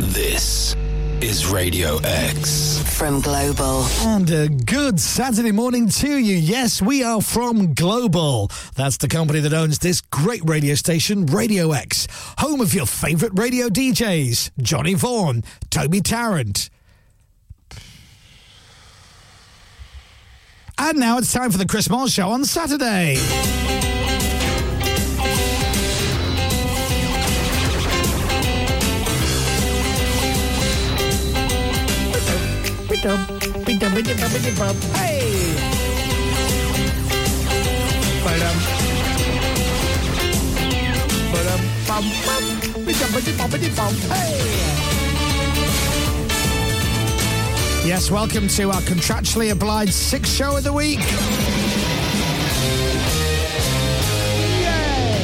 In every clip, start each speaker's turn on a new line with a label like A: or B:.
A: This is Radio X.
B: From Global.
C: And a good Saturday morning to you. Yes, we are from Global. That's the company that owns this great radio station, Radio X, home of your favourite radio DJs Johnny Vaughan, Toby Tarrant. And now it's time for the Chris Moore Show on Saturday. Yes, welcome to our contractually obliged sixth show of the week.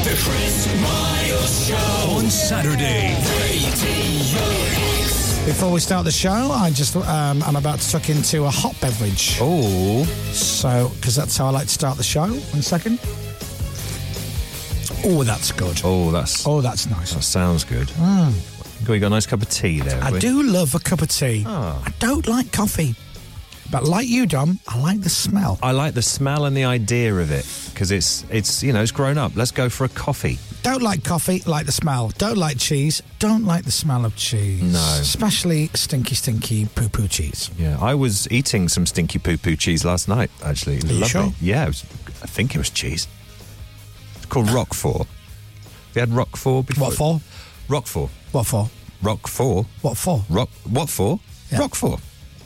A: The Chris Miles Show on Saturday. Radio X.
C: Before we start the show, I just um, I'm about to tuck into a hot beverage.
D: Oh,
C: So, because that's how I like to start the show. One second. Oh, that's good.
D: oh, that's
C: Oh, that's nice.
D: that sounds good. Think We got a nice cup of tea there. have
C: I
D: we?
C: do love a cup of tea.
D: Ah.
C: I don't like coffee, but like you, Dom, I like the smell.
D: I like the smell and the idea of it because it's it's you know it's grown up. Let's go for a coffee.
C: Don't like coffee, like the smell. Don't like cheese, don't like the smell of cheese.
D: No.
C: Especially stinky, stinky poo poo cheese.
D: Yeah, I was eating some stinky poo poo cheese last night. Actually, It was
C: Are you
D: lovely.
C: sure?
D: Yeah, it was, I think it was cheese. It's called Rock Four. We had Rock Four before.
C: What for?
D: Rock Four.
C: What for?
D: Rock Four.
C: What for?
D: Rock. What for?
C: Yeah. Mm.
D: Rock Four.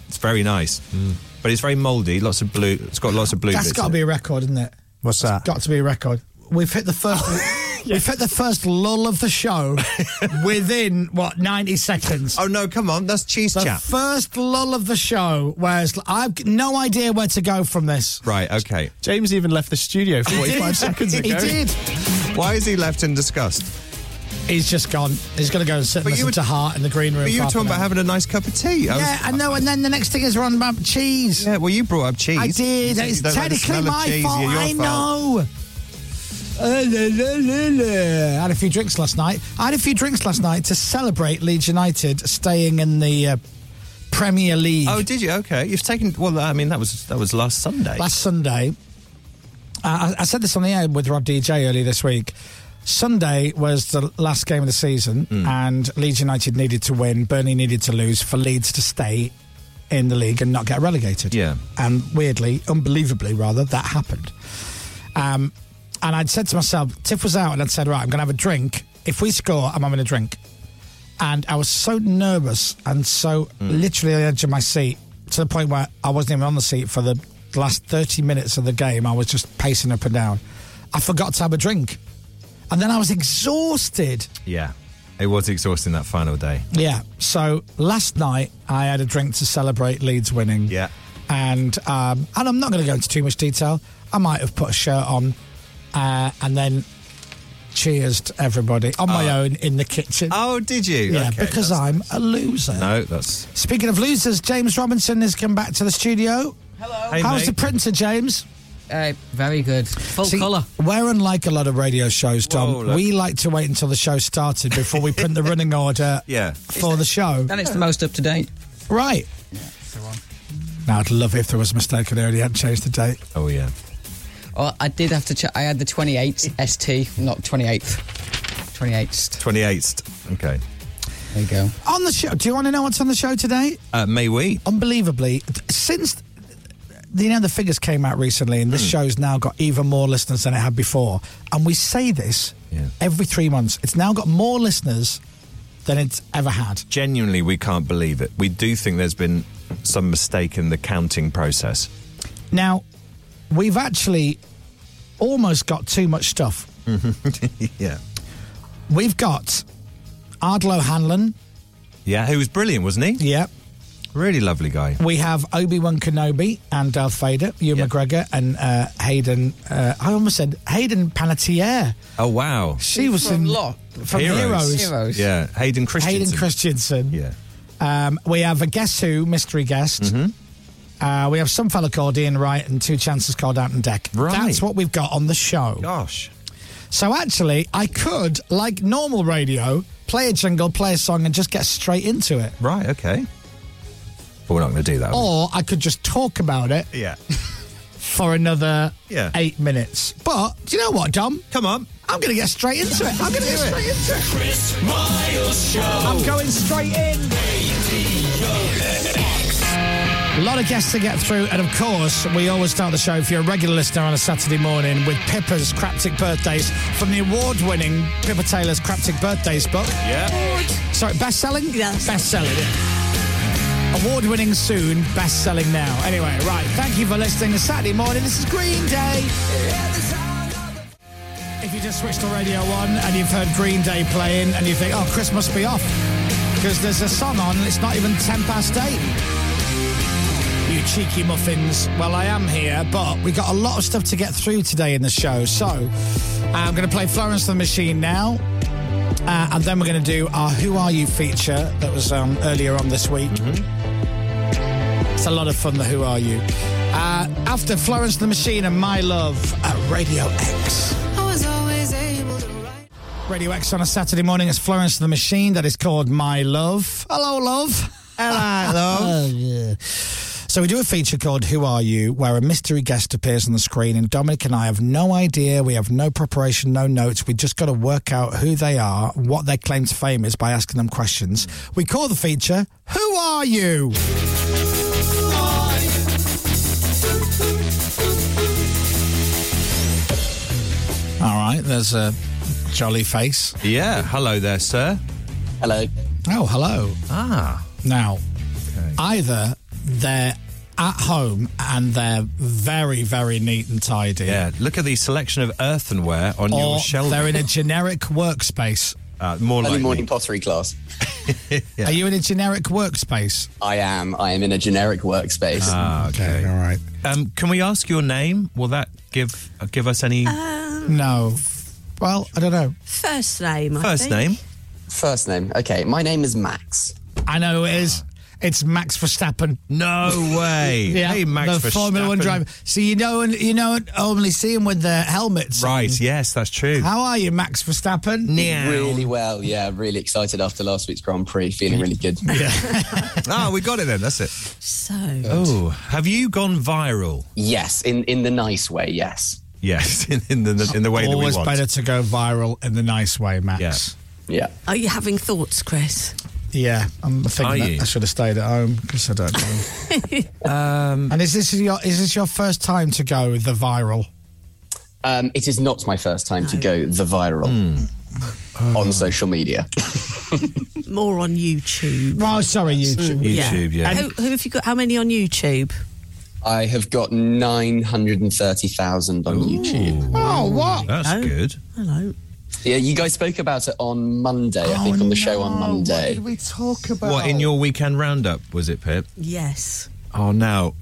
D: It's very nice, but it's very mouldy. Lots of blue. It's got lots of blue.
C: That's
D: bits
C: got to
D: in
C: be
D: it.
C: a record, isn't it?
E: What's that?
C: Got to be a record. We've hit the first. We've hit the first lull of the show within what ninety seconds.
D: Oh no! Come on, that's cheese
C: the
D: chat.
C: first lull of the show, where it's, I've g- no idea where to go from this.
D: Right, okay.
E: James even left the studio 45 seconds
C: He
E: ago.
C: did.
D: Why is he left in disgust?
C: He's just gone. He's going to go and sit and
D: But you
C: listen
D: were-
C: to Heart in the green room.
D: But you were
C: for
D: talking
C: half
D: about
C: an
D: having a nice cup of tea. I
C: hour.
D: was-
C: Yeah, I know. And then the next thing is we're on about cheese.
D: Yeah, well, you brought up cheese.
C: I
D: You
C: did.
D: said you
C: It's
D: don't like the smell
C: technically
D: of
C: my
D: cheese.
C: fault.
D: Yeah, your
C: I
D: fault.
C: know. Uh, la, la, la, la. I had a few drinks last night. I had a few drinks last night to celebrate Leeds United staying in the uh, Premier League
D: Oh, did you? Okay, you've taken. Well, I mean, that was that was last Sunday.
C: last Sunday. Uh, I, I said this on the air with Rob DJ earlier this week. Sunday was the last game of the season,
D: Hmm.
C: and Leeds United needed to win. Burnley needed to lose for Leeds to stay in the league and not get relegated.
D: Yeah.
C: And weirdly, unbelievably, rather, that happened. Um, and I'd said to myself, Tiff was out, and I'd said, right, I'm going to have a drink. If we score, I'm having a drink. And I was so nervous and so literally on the edge of my seat to the point where I wasn't even on the seat for the last 30 minutes of the game. I was just pacing up and down. I forgot to have a drink. And then I was exhausted.
D: Yeah, it was exhausting that final day.
C: Yeah. So last night I had a drink to celebrate Leeds winning.
D: Yeah.
C: And um, and I'm not going to go into too much detail. I might have put a shirt on, uh, and then cheers to everybody on my own in the kitchen.
D: Uh, Oh, did you?
C: yeah,
D: Okay,
C: because
D: that's-
C: I'm a loser.
D: No, that's.
C: Speaking of losers, James Robinson has come back to the studio.
F: Hello.
D: Hey,
C: How's
D: mate.
C: the printer, James?
F: Uh, very good. Full
C: See,
F: colour.
C: We're unlike a lot of radio shows, Dom.
D: Whoa, look.
C: we like to wait until the show started before we print the running order
D: Yeah.
C: for the show.
F: And it's the most up to date.
C: Right. Now, I'd love it if there was a mistake and they already hadn't changed the date.
D: Oh, yeah.
F: Oh, I did have to check. I had the 28th ST, not 28th. 28th.
D: Twenty eighth. Okay.
F: There you go.
C: On the show, do you want to know what's on the show today?
D: Uh, may we?
C: Unbelievably, since you know the figures came out recently, and this show's now got even more listeners than it had before, and we say this
D: Yeah.
C: every three months. It's now got more listeners than it's ever had.
D: Genuinely, we can't believe it. We do think there's been some mistake in the counting process.
C: Now, we've actually almost got too much stuff.
D: Yeah.
C: We've got Ardlo Hanlon.
D: Yeah, he was brilliant, wasn't he?
C: Yep.
D: Really lovely guy.
C: We have Obi Wan Kenobi and Darth Vader, Ewan
D: Yeah.
C: McGregor, and uh, Hayden. Uh, I almost said Hayden Panettiere.
D: Oh wow.
C: She was
F: From
C: in
F: Lo-
C: from Heroes.
F: Heroes.
D: Yeah, Hayden Christensen.
C: Hayden Christensen.
D: Yeah.
C: Um, we have a guess who mystery guest.
D: Mm-hmm.
C: Uh, we have some fella called Ian Wright and two chances called Out and Deck.
D: Right.
C: That's what we've got on the show.
D: Gosh.
C: So actually, I could, like normal radio, play a jingle, play a song, and just get straight into it.
D: Right, okay. But we're not going to do that. are we?
C: Or I could just talk about it
D: yeah.
C: for another
D: Yeah.
C: eight minutes. But do you know what, Dom?
D: Come on.
C: I'm going to get straight into it. I'm going to get straight into it.
A: Chris Miles Show.
C: I'm going straight in. A lot of guests to get through, and of course, we always start the show if you're a regular listener on a Saturday morning with Pippa's Craptic Birthdays from the award-winning Pippa Taylor's Craptic Birthdays book.
D: Yeah.
C: Sorry, best-selling.
B: Yes.
C: best-selling. Award-winning soon, best-selling now. Anyway, right. Thank you for listening. It's Saturday morning. This is Green Day. If you just switch to Radio 1 and you've heard Green Day playing and you think, oh, Chris must be off, because there's a song on and it's not even 10 past 8. You cheeky muffins. Well, I am here, but we got a lot of stuff to get through today in the show. So I'm going to play Florence and the Machine now. Uh, and then we're going to do our Who Are You feature that was um, earlier on this week. It's a lot of fun, the Who Are You. Uh, after Florence and the Machine and My Love at Radio X.
B: I was always able to write.
C: Radio X on a Saturday morning. It's Florence and the Machine that is called My Love. Hello, love. Hello, love. So we do a feature called Who Are You, where a mystery guest appears on the screen, and Dominic and I have no idea. We have no preparation, no notes. We just got to work out who they are, what their claim to fame is, by asking them questions. We call the feature "Who Are You." All right, there's a jolly face.
D: Yeah. Hello there, sir.
F: Hello.
C: Oh, hello.
D: Ah.
C: Now, either they're at home and they're very, very neat and tidy,
D: Yeah. Look at the selection of earthenware on
C: or
D: your shelf.
C: Oh, they're in a generic workspace.
D: Uh, more
G: Early
D: likely.
G: morning pottery class.
C: Are you in a generic workspace?
G: I am. I am in a generic workspace.
D: Ah, okay.
C: all right.
D: Um, can we ask your name? Will that give uh, give us any
C: No. Well, I don't know.
B: First name, I
D: first
B: think.
D: name?
G: First name. Okay, my name is Max.
C: I know who it is. It's Max Verstappen.
D: Ah. No way. Hey, Max
C: the Formula One
D: Verstappen.
C: driver. So you know, you know, only see him with the helmets.
D: Right. Yes, that's true.
C: How are you, Max Verstappen?
G: Really well. Yeah, really excited after last week's Grand Prix. Feeling really good.
D: Ah, we got it then. That's it.
B: So,
D: Oh, have you gone viral?
G: Yes, in in the nice way. Yes.
D: Yes, in, in the in the way
C: Always
D: that we want.
C: better to go viral in the nice way, Max.
D: Yeah.
G: Yeah.
B: are you having thoughts, Chris?
C: Yeah, I'm
D: Are
C: thinking that
D: you?
C: I should have stayed at home because I don't know. um, and is this your is this your first time to go the viral?
G: Um, it is not my first time to go the viral
D: Hmm.
G: on social media.
B: More on YouTube.
C: Oh, sorry, YouTube.
D: YouTube, yeah.
B: Who, who have you got? How many on YouTube?
G: I have got nine hundred and thirty thousand on YouTube.
C: Oh, what?
D: That's
B: No.
D: good.
B: Hello.
G: Yeah, you guys spoke about it on Monday. I think on the
C: Oh,
G: show on Monday.
C: we talk about?
D: What in your weekend roundup was it, Pip?
B: Yes.
D: Oh, now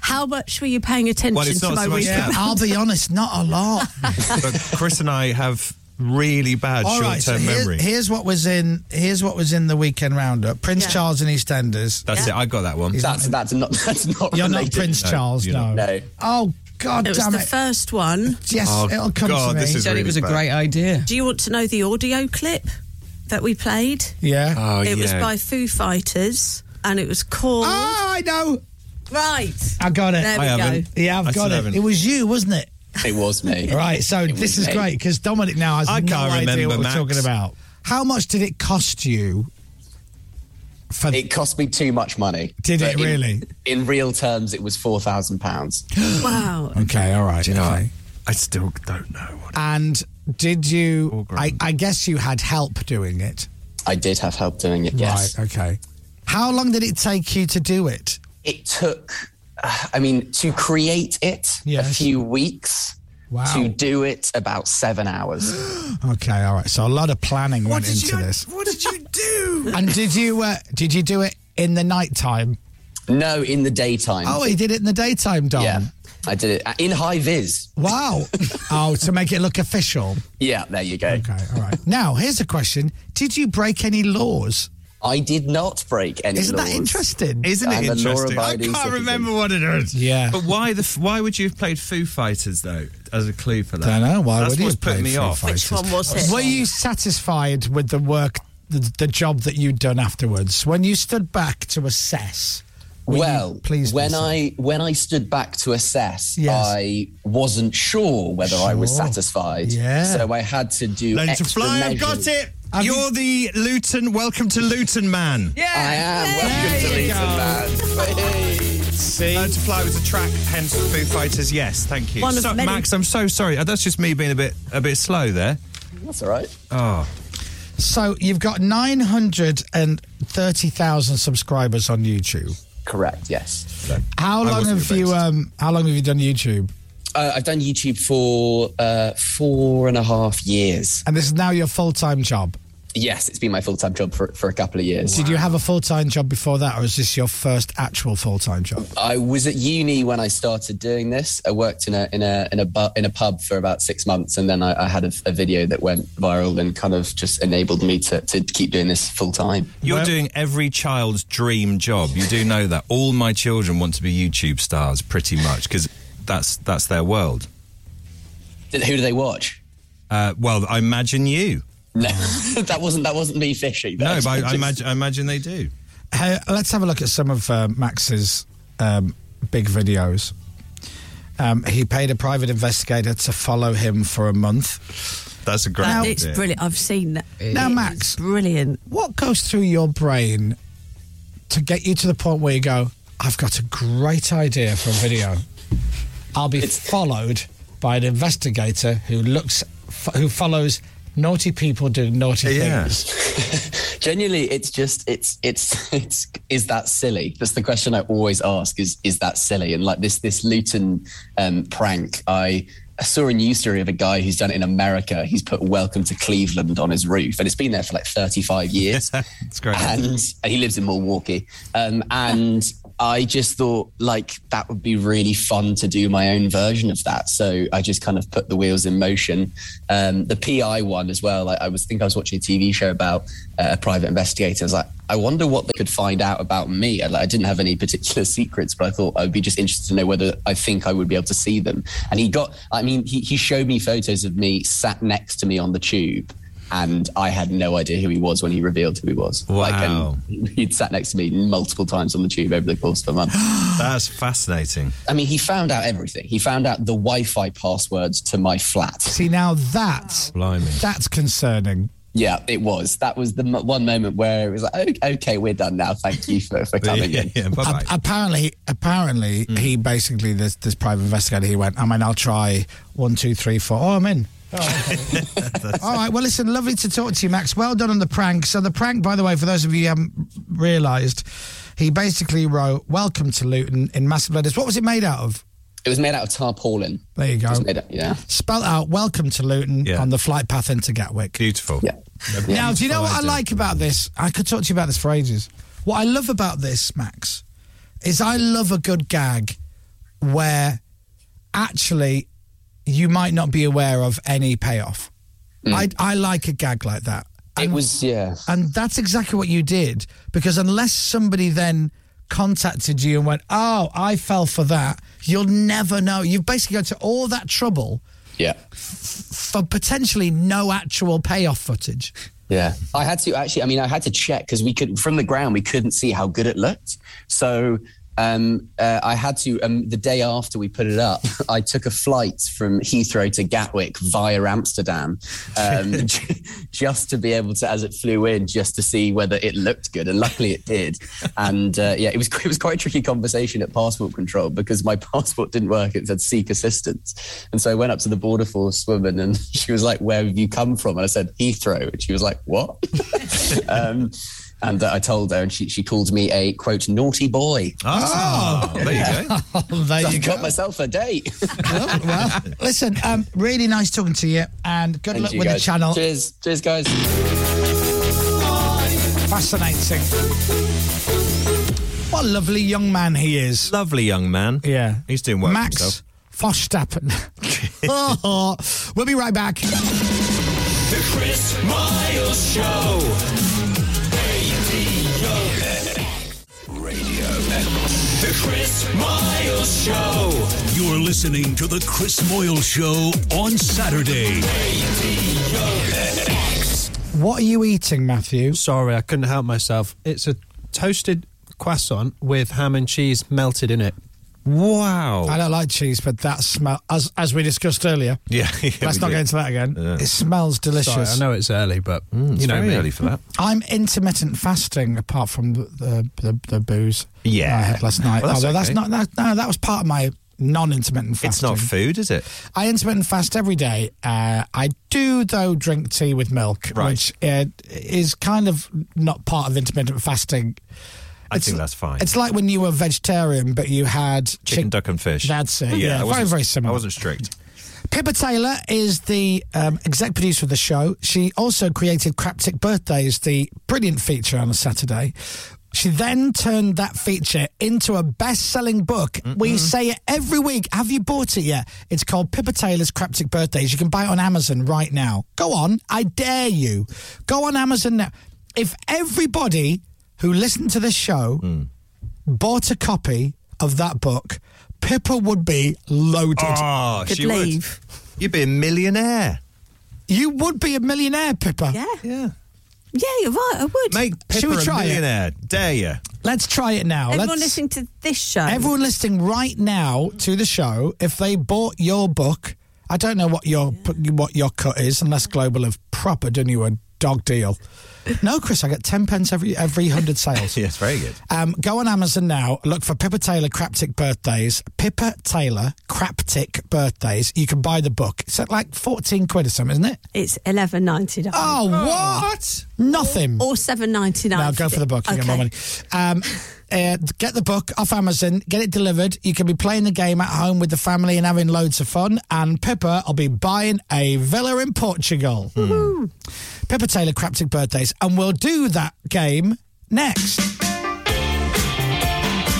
B: How much were you paying attention
D: Well, it's
B: to
D: not
B: my
D: so much
B: weekend?
D: that.
C: I'll be honest, not a lot.
D: but Chris and I have really bad
C: All
D: short-term
C: right, so here-
D: memory.
C: here's what was in here's what was in the weekend roundup. Prince
B: Yeah.
C: Charles and EastEnders.
D: That's
B: Yeah.
D: it. I got that one.
G: That's that's not that's not.
C: You're not
G: related.
C: Prince
D: No,
C: Charles,
D: you're
C: no.
D: not.
G: No.
C: Oh God,
B: It was
C: damn
B: the
C: it!
B: first one.
C: yes,
D: Oh,
C: it'll come
D: God,
C: to me.
D: this is-
F: Said
D: really
F: it was a
D: bad.
F: great idea.
B: Do you want to know the audio clip that we played?
C: yeah.
D: Oh,
B: it
D: yeah.
B: was by Foo Fighters, and it was called
C: oh, I know.
B: Right.
C: I got it.
B: There we
D: I
B: go.
D: haven't.
C: yeah, I've
D: I
C: got
D: still
C: it.
D: haven't.
C: It was you, wasn't it?
G: It was me.
C: Right, so this is
G: me.
C: great because Dominic now has
D: I
C: no
D: can't
C: idea
D: remember,
C: what we're
D: Max.
C: talking about. How much did it cost you? For
G: It cost me too much money.
C: Did
G: But
C: it
G: in-
C: really?
G: In, real terms, it was four thousand pounds.
B: Wow.
C: okay, all right. okay.
D: I still don't know. What
C: And did you? I,
D: grand.
C: I guess you had help doing it.
G: I did have help doing it. Yes,
C: Right. Okay. How long did it take you to do it?
G: it took. uh, I mean, to create it, a
C: Yes.
G: few weeks.
C: Wow.
G: To do it, about seven hours.
C: Okay. All right. So a lot of planning
D: What
C: went
D: did
C: into
D: you?
C: this.
D: What did you do?
C: And did you? Uh, did you do it in the nighttime?
G: no, in the daytime.
C: Oh, he did it in the daytime, Dom.
G: yeah, I did it uh, in high vis.
C: Wow. oh, to make it look official.
G: Yeah, there you go.
C: Okay. All right. now, here's a question: Did you break any laws?
G: I did not break any
C: Isn't that
G: laws.
C: interesting?
D: Isn't it
G: I'm a
D: interesting?
G: law-abiding
D: I can't
G: citizen.
D: remember what it is.
C: Yeah.
H: But why the f- why would you have played Foo Fighters though as a clue for that?
C: Don't know. Why
H: That's
C: would you
H: what's
C: have
H: putting
C: played
H: me
C: Foo
H: off.
C: Fighters?
B: Which one was it?
C: Were you satisfied with the work, the, the job that you'd done afterwards? When you stood back to assess, were
G: Well,
C: you pleased
G: when
C: with yourself?
G: I when I stood back to assess,
C: Yes.
G: I wasn't sure whether I was
C: Sure.
G: satisfied.
C: Yeah.
G: So I had to do
D: Learn to
G: extra
D: fly. I've got
G: measures.
D: it. You're the Luton. Welcome to Luton, man.
F: Yeah.
G: I am. Welcome to Leeds and Lads. Hey.
D: Learn to fly was a track, hence Foo Fighters. Yes, thank you.
B: One of
D: So-
B: many.
D: Max, I'm so sorry. Uh, That's just me being a bit a bit slow there. Ah.
G: That's all right.
C: So you've got 930,000 subscribers on YouTube.
G: Correct. Yes.
C: How long
D: wasn't
C: have you
D: impressed.
C: um how long have you done YouTube?
G: Uh, I've done YouTube for uh, four and a half years.
C: And this is now your full-time job.
G: Yes, it's been my full time job for, for a couple of years.
C: Did you have a full-time job before that or is this your first actual full-time job?
G: I was at uni when I started doing this. I worked in a in a in a bu- in a pub for about six months, and then I, I had a, a video that went viral and kind of just enabled me to, to keep doing this full time.
D: You're doing every child's dream job. You do know that. All my children want to be YouTube stars, pretty much, because that's that's their world.
G: Who do they watch?
D: Uh, well, I imagine you.
G: No, that wasn't that wasn't me fishing.
D: No,
G: That's
D: but I, I
G: just-
D: imagine I imagine they do.
C: Uh, let's have a look at some of uh, Max's um, big videos. Um, he paid a private investigator to follow him for a month.
D: That's a great.
B: That-
D: idea.
B: it's brilliant. I've seen that.
C: Now,
B: It is
C: Max.
B: Brilliant.
C: What goes through your brain to get you to the point where you go, I've got a great idea for a video. I'll be followed by an investigator who looks, f- who follows naughty people doing naughty
D: Yeah.
C: things.
G: Genuinely, it's just it's it's it's is that silly? That's the question I always ask: is is that silly? And like this this Luton um, prank, I saw a news story of a guy who's done it in America. He's put "Welcome to Cleveland" on his roof, and it's been there for like thirty five years.
D: It's great.
G: And, and he lives in Milwaukee. Um, and I just thought like that would be really fun to do my own version of that. So I just kind of put the wheels in motion. Um, the PI one as well. Like, I was think I was watching a TV show about uh, a private investigator. I was like, I wonder what they could find out about me. I, like, I didn't have any particular secrets, but I thought I'd be just interested to know whether I think I would be able to see them. And he got. I mean, he, he showed me photos of me sat next to me on the tube and I had no idea who he was when he revealed who he was.
D: Wow.
G: and he'd sat next to me multiple times on the tube over the course of a month.
D: That's fascinating.
G: I mean, he found out everything. He found out the Wi-Fi passwords to my flat.
C: See, now that's,
D: Blimey.
C: that's concerning.
G: Yeah, it was. That was the mo- one moment where it was like, "Oh, okay, we're done now. Thank you for, for coming
D: yeah,
G: in.
D: yeah, bye-bye. Hmm.
C: Ap- apparently, apparently, he basically this this private investigator. He went, I mean, I'll try one, two, three, four. Oh, I'm in. All right. Well, listen. Lovely to talk to you, Max. Well done on the prank. So the prank, by the way, for those of you who haven't realised, he basically wrote "Welcome to Luton" in massive letters. What was it made out of?
G: It was made out of tarpaulin.
C: There you
G: It
C: go.
G: was made out- yeah,
C: Spelt out "Welcome to Luton"
D: Yeah.
C: on the flight path into Gatwick.
D: Beautiful.
G: yeah.
C: Now, do you know what I
D: Friday.
C: like about this? I could talk to you about this for ages. What I love about this, Max, is I love a good gag where actually you might not be aware of any payoff. I, I like a gag like that.
G: Mm. It was yeah.
C: And that's exactly what you did because unless somebody then contacted you and went, oh, I fell for that, you'll never know. You've basically gone to all that trouble
G: Yeah.
C: for potentially no actual payoff footage.
G: Yeah, I had to actually. I mean, I had to check because we could from the ground we couldn't see how good it looked. So um, uh, I had to. Um, the day after we put it up, I took a flight from Heathrow to Gatwick via Amsterdam, um, j- just to be able to, as it flew in, just to see whether it looked good. And luckily, it did. And uh, yeah, it was it was quite a tricky conversation at passport control because my passport didn't work. It said seek assistance, and so I went up to the border force woman, and she was like, "Where have you come from?" And I said, "Heathrow," and she was like, "What?" um, and uh, I told her, and she she called me a quote naughty boy.
E: Ah,
D: Oh, there you go.
C: there
G: I
C: you
G: got myself a date.
C: well, well, listen, um, really nice talking to you, and good luck
G: Thank you,
C: with the
G: guys.
C: channel.
G: Cheers, cheers, guys.
C: Fascinating. What a lovely young man he is.
D: Lovely young man.
C: Yeah.
D: He's doing well. for himself.
C: Max Verstappen. oh, we'll be right back.
A: The Chris Miles Show. A-D-A. The Chris Miles Show.
I: You're listening to The Chris Moyle Show on Saturday.
C: What are you eating, Matthew?
E: Sorry, I couldn't help myself. It's a toasted croissant with ham and cheese melted in it.
D: Wow.
C: I don't like cheese, but that smell, as as we discussed earlier.
D: Yeah, yeah,
C: let's
D: we
C: not
D: did.
C: get into that again.
D: Yeah. Mm,
C: It smells
E: Sorry,
C: delicious.
E: I know it's early, but
D: Hmm, It's
E: you know
D: very
E: me.
D: early for that.
C: Hmm. I'm intermittent fasting apart from the the, the, the booze
D: Yeah.
C: I had last night.
D: Well, that's
C: Although that's
D: okay.
C: not that no, that was part of my non-intermittent fasting.
D: It's not food, is it?
C: I intermittent fast every day. Uh, I do though drink tea with milk,
D: Right.
C: which uh, is kind of not part of intermittent fasting.
D: I think that's fine.
C: It's like when you were vegetarian but you had
D: Chicken,
C: chick-
D: duck, and fish.
C: That's it.
D: I
C: Yeah, very
D: wasn't-
C: very similar.
D: I wasn't strict.
C: Pippa Taylor is the um, exec producer of the show. She also created Craptic Birthdays, the brilliant feature on a Saturday. She then turned that feature into a best selling book. We say it every week. Have you bought it yet? It's called Pippa Taylor's Craptic Birthdays. You can buy it on Amazon right now. Go on. I dare you. Go on Amazon now. If everybody who listened to this show bought a copy of that book, Pippa would be loaded.
D: Oh,
B: Could
D: she
B: leave.
D: would. You'd be a millionaire.
C: You would be a millionaire, Pippa.
B: Yeah.
D: Yeah.
B: Yeah, you're right. I would.
D: Make
C: Should
D: Pippa
C: we
D: a
C: try it?
D: millionaire. Dare you?
C: Let's try it now.
B: Everyone
C: Let's-
B: listening to this show.
C: everyone listening right now to the show, if they bought your book, I don't know what your what your cut is, unless Global have proper done you a dog deal. no, Chris, I get ten pence every every hundred sales.
D: Yes, very good.
C: Um, go on Amazon now. Look for Pippa Taylor Craptic Birthdays. Pippa Taylor Craptic Birthdays. You can buy the book. It's at like fourteen quid or something, isn't it?
B: It's eleven ninety nine.
C: Oh, what? Nothing.
B: Or seven ninety nine.
C: No, go for the book. You get more money. Um, uh, get the book off Amazon. Get it delivered. You can be playing the game at home with the family and having loads of fun. And Pippa will be buying a villa in Portugal. Hmm. Pippa Taylor Craptic Birthdays. And we'll do that game next.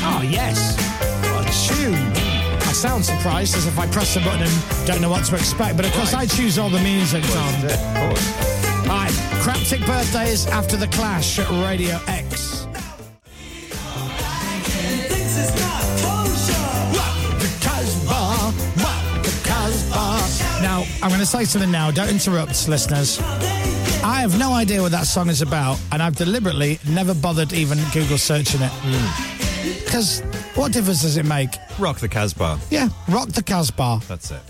C: Oh, yes. What a tune. I sound surprised as if I press the button and don't know what to expect. But of course, I choose all the music, Tom.
D: Of course.
C: All right, Craptic Birthdays after the clash at Radio X.
A: Thinks it's not kosher.
C: Rock the Casbah, rock the Casbah. Now, I'm going to say something now. Don't interrupt, listeners. I have no idea what that song is about, and I've deliberately never bothered even Google searching it.
D: Hmm.
C: Because what difference does it make?
D: Rock the Casbah.
C: Yeah, rock the Casbah.
D: That's it.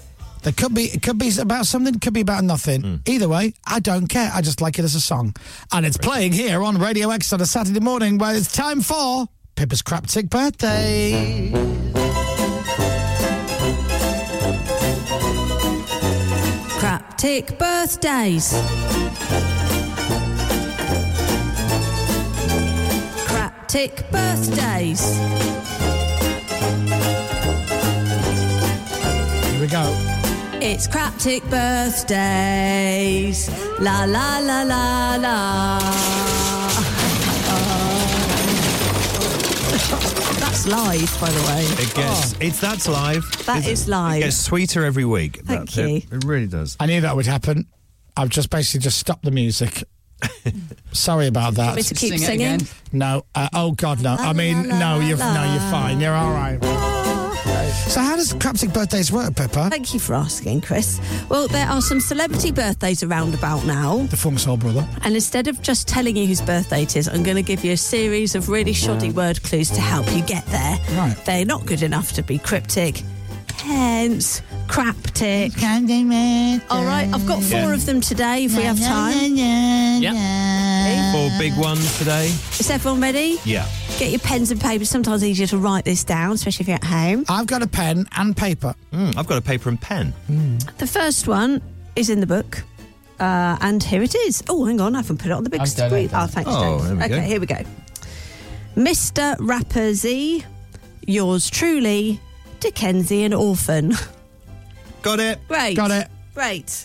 C: There could be it could be about something, could be about nothing.
D: Hmm.
C: Either way, I don't care. I just like it as a song, and it's playing here on Radio X on a Saturday morning where it's time for Pippa's Craptic Birthday.
B: Crap tick birthdays. Crap tick birthdays.
C: Here we go.
B: It's crap tick birthdays. La la la la la. That's live, by the way.
D: It gets.
C: Oh.
D: It's that's live.
B: That
D: isn't
B: is
D: it?
B: live.
D: It gets sweeter every week.
B: Thank
D: That's it.
B: you.
D: It. really does.
C: I knew that would happen. I've just basically just stopped the music. Sorry about
B: Want me to
C: that.
B: keep
F: Sing it
B: singing?
F: again.
C: No. Uh, oh God, no. I mean, no. You're no. You're fine. You're all right. So how does Craptic birthdays work, Pippa?
B: Thank you for asking, Chris. Well, there are some celebrity birthdays around about now,
C: The Funk Soul Brother.
B: and instead of just telling you whose birthday it is, I'm going to give you a series of really shoddy word clues to help you get there.
C: Right.
B: They're not good enough to be cryptic, hence craptic. All right, I've got four
D: Yeah.
B: of them today if we have time.
D: Four big ones today.
B: Is everyone ready?
D: Yeah.
B: Get your pens and paper. Sometimes it's easier to write this down, especially if you're at home.
C: I've got a pen and paper.
D: Mm, I've got a paper and pen.
C: Hmm.
B: The first one is in the book. Uh, and here it is. Oh, hang on, I haven't put it on the big
F: I've done
B: screen.
F: it.
B: Oh, thanks,
D: Oh,
B: James.
D: there we
B: okay,
D: go.
B: here we go. Mr. Rapper Z, yours truly, Dickensian orphan.
D: Got it.
B: Great.
C: Got it.
B: Great.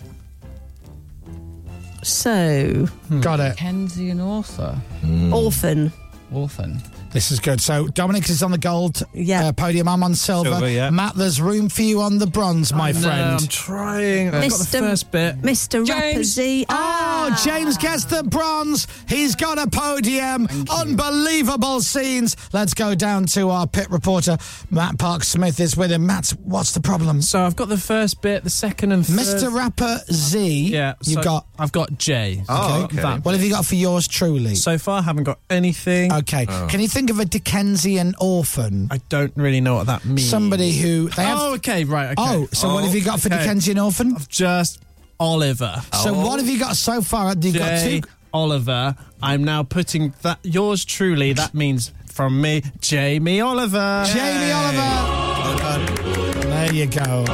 B: So,
C: Got it.
F: Kenzie and author.
B: Hmm.
D: Hmm.
B: orphan.
F: Orphan.
C: This is good. So Dominic is on the gold
B: Yeah.
C: uh, podium. I'm on silver.
D: Silver, yeah.
C: Matt, there's room for you on the bronze, my
E: No,
C: friend.
E: I'm trying. I've got the
B: Mr.
E: first bit.
B: Mr. Rapper
F: James.
B: Z. Ah,
C: Oh, James gets the bronze. He's got a podium. Unbelievable scenes. Let's go down to our pit reporter. Matt Park Smith is with him. Matt, what's the problem?
E: So I've got the first bit, the second and third.
C: Mr. Rapper Z,
E: Yeah,
C: you've
E: so
C: got.
E: I've got J.
D: Oh, okay.
E: That-
C: What have you got for yours truly?
E: So far, I haven't got anything.
C: okay.
D: Oh.
C: Can you think of a Dickensian orphan?
E: I don't really know what that means.
C: Somebody who. They have,
E: Oh, okay, right. Okay.
C: Oh, so what have you got for
E: okay.
C: Dickensian orphan?
E: Just Oliver.
C: So
D: Oh.
C: what have you got so far? You've got
E: J.
C: two.
E: Oliver. I'm now putting that yours truly. That means from me, Jamie Oliver.
C: Jamie Oliver. There you go.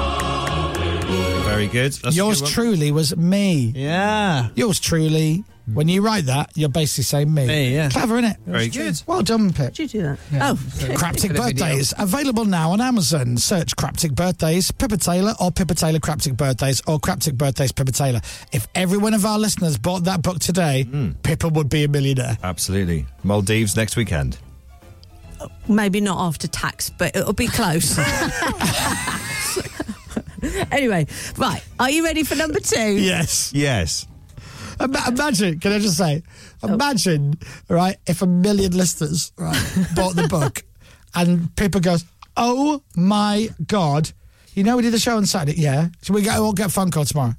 D: Very good. That's a
C: Yours
D: good one.
C: truly was me.
E: Yeah.
C: Yours truly. When you write that, you're basically saying me.
E: Me, yeah.
C: Clever, innit?
D: Very good.
C: Well done, Pip.
B: Did you do that? Oh,
C: Craptic Birthdays, available now on Amazon. Search Craptic Birthdays, Pippa Taylor, or Pippa Taylor Craptic Birthdays, or Craptic Birthdays Pippa Taylor. If every one of our listeners bought that book today, Pippa would be a millionaire.
D: Absolutely. Maldives next weekend.
B: maybe not after tax, but it'll be close. anyway, right. Are you ready for number two?
C: Yes.
D: Yes.
C: Ima- imagine, can I just say, imagine, right, if a million listeners right, bought the book and Pippa goes, oh my God, you know we did the show on Saturday, yeah? So we go, we'll get a phone call tomorrow.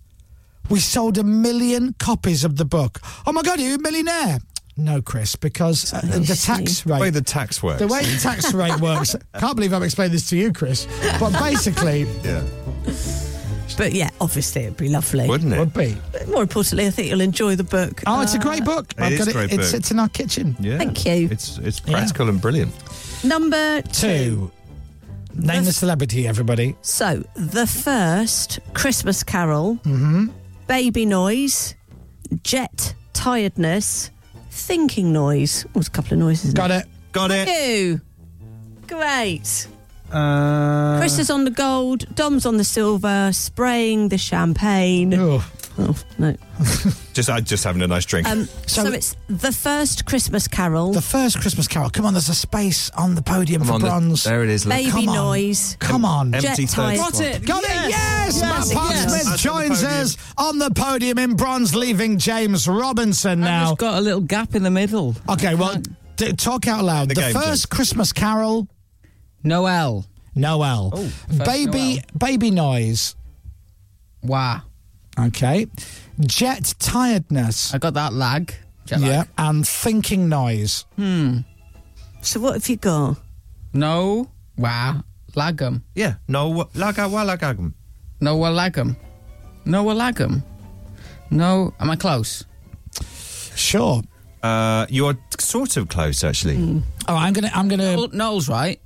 C: We sold a million copies of the book. Oh my God, are you a millionaire? No, Chris, because uh, the tax
D: The way
C: rate.
D: the tax works.
C: The way the tax rate works, can't believe I've explained this to you, Chris. But basically,
D: yeah.
B: But yeah, obviously it'd be lovely.
D: Wouldn't it?
C: would be.
B: But more importantly, I think you'll enjoy the book. Ah.
C: Oh, it's a great book.
D: It is a great
C: it,
D: book.
C: It sits in our kitchen.
D: Yeah.
B: Thank you.
D: It's it's practical and brilliant.
B: Number two.
C: Two. Name the celebrity, everybody.
B: So, the first Christmas Carol,
C: Mm-hmm.
B: baby noise, jet tiredness, thinking noise. Oh, it's a couple of noises.
C: Got it.
D: Got it.
B: Two. Great.
E: Uh,
B: Chris is on the gold, Dom's on the silver, spraying the champagne.
C: Oh.
B: Oh, no.
D: Just I just having a nice drink.
B: Um,
C: So-
B: so, it's the first Christmas Carol,
C: The first Christmas Carol. Come on, there's a space on the podium
D: Come
C: for
D: on, the-
C: bronze.
D: there it is. look.
B: baby
C: Come on.
B: noise.
C: Come on.
D: Em- Empty
B: Jet tired.
D: Got it.
C: Got it. Yes.
B: Yes,
C: Matt Park
B: yes.
C: Smith
D: That's on the
C: joins
D: podium.
C: us on the podium in bronze, leaving James Robinson now.
F: got a little gap in the middle.
C: Okay, well, d- talk out loud. The,
D: The game,
C: first
D: James.
C: Christmas Carol,
F: Noel. Oh,
C: Noel. baby,
F: Noel.
C: baby noise.
F: Wow.
C: Okay. Jet tiredness.
F: I got that lag. Jet lag.
C: Yeah. And thinking noise.
B: So what have you got?
F: Hmm. No. Wow. Lagum.
D: yeah. No laga wa lagagum.
F: Noah Lagum. Noah Lagum. No. Am I close?
C: Sure.
D: Uh, you are sort of close actually.
B: Hmm.
C: All right, Oh, I'm gonna. I'm gonna.
F: Well, Noel's right.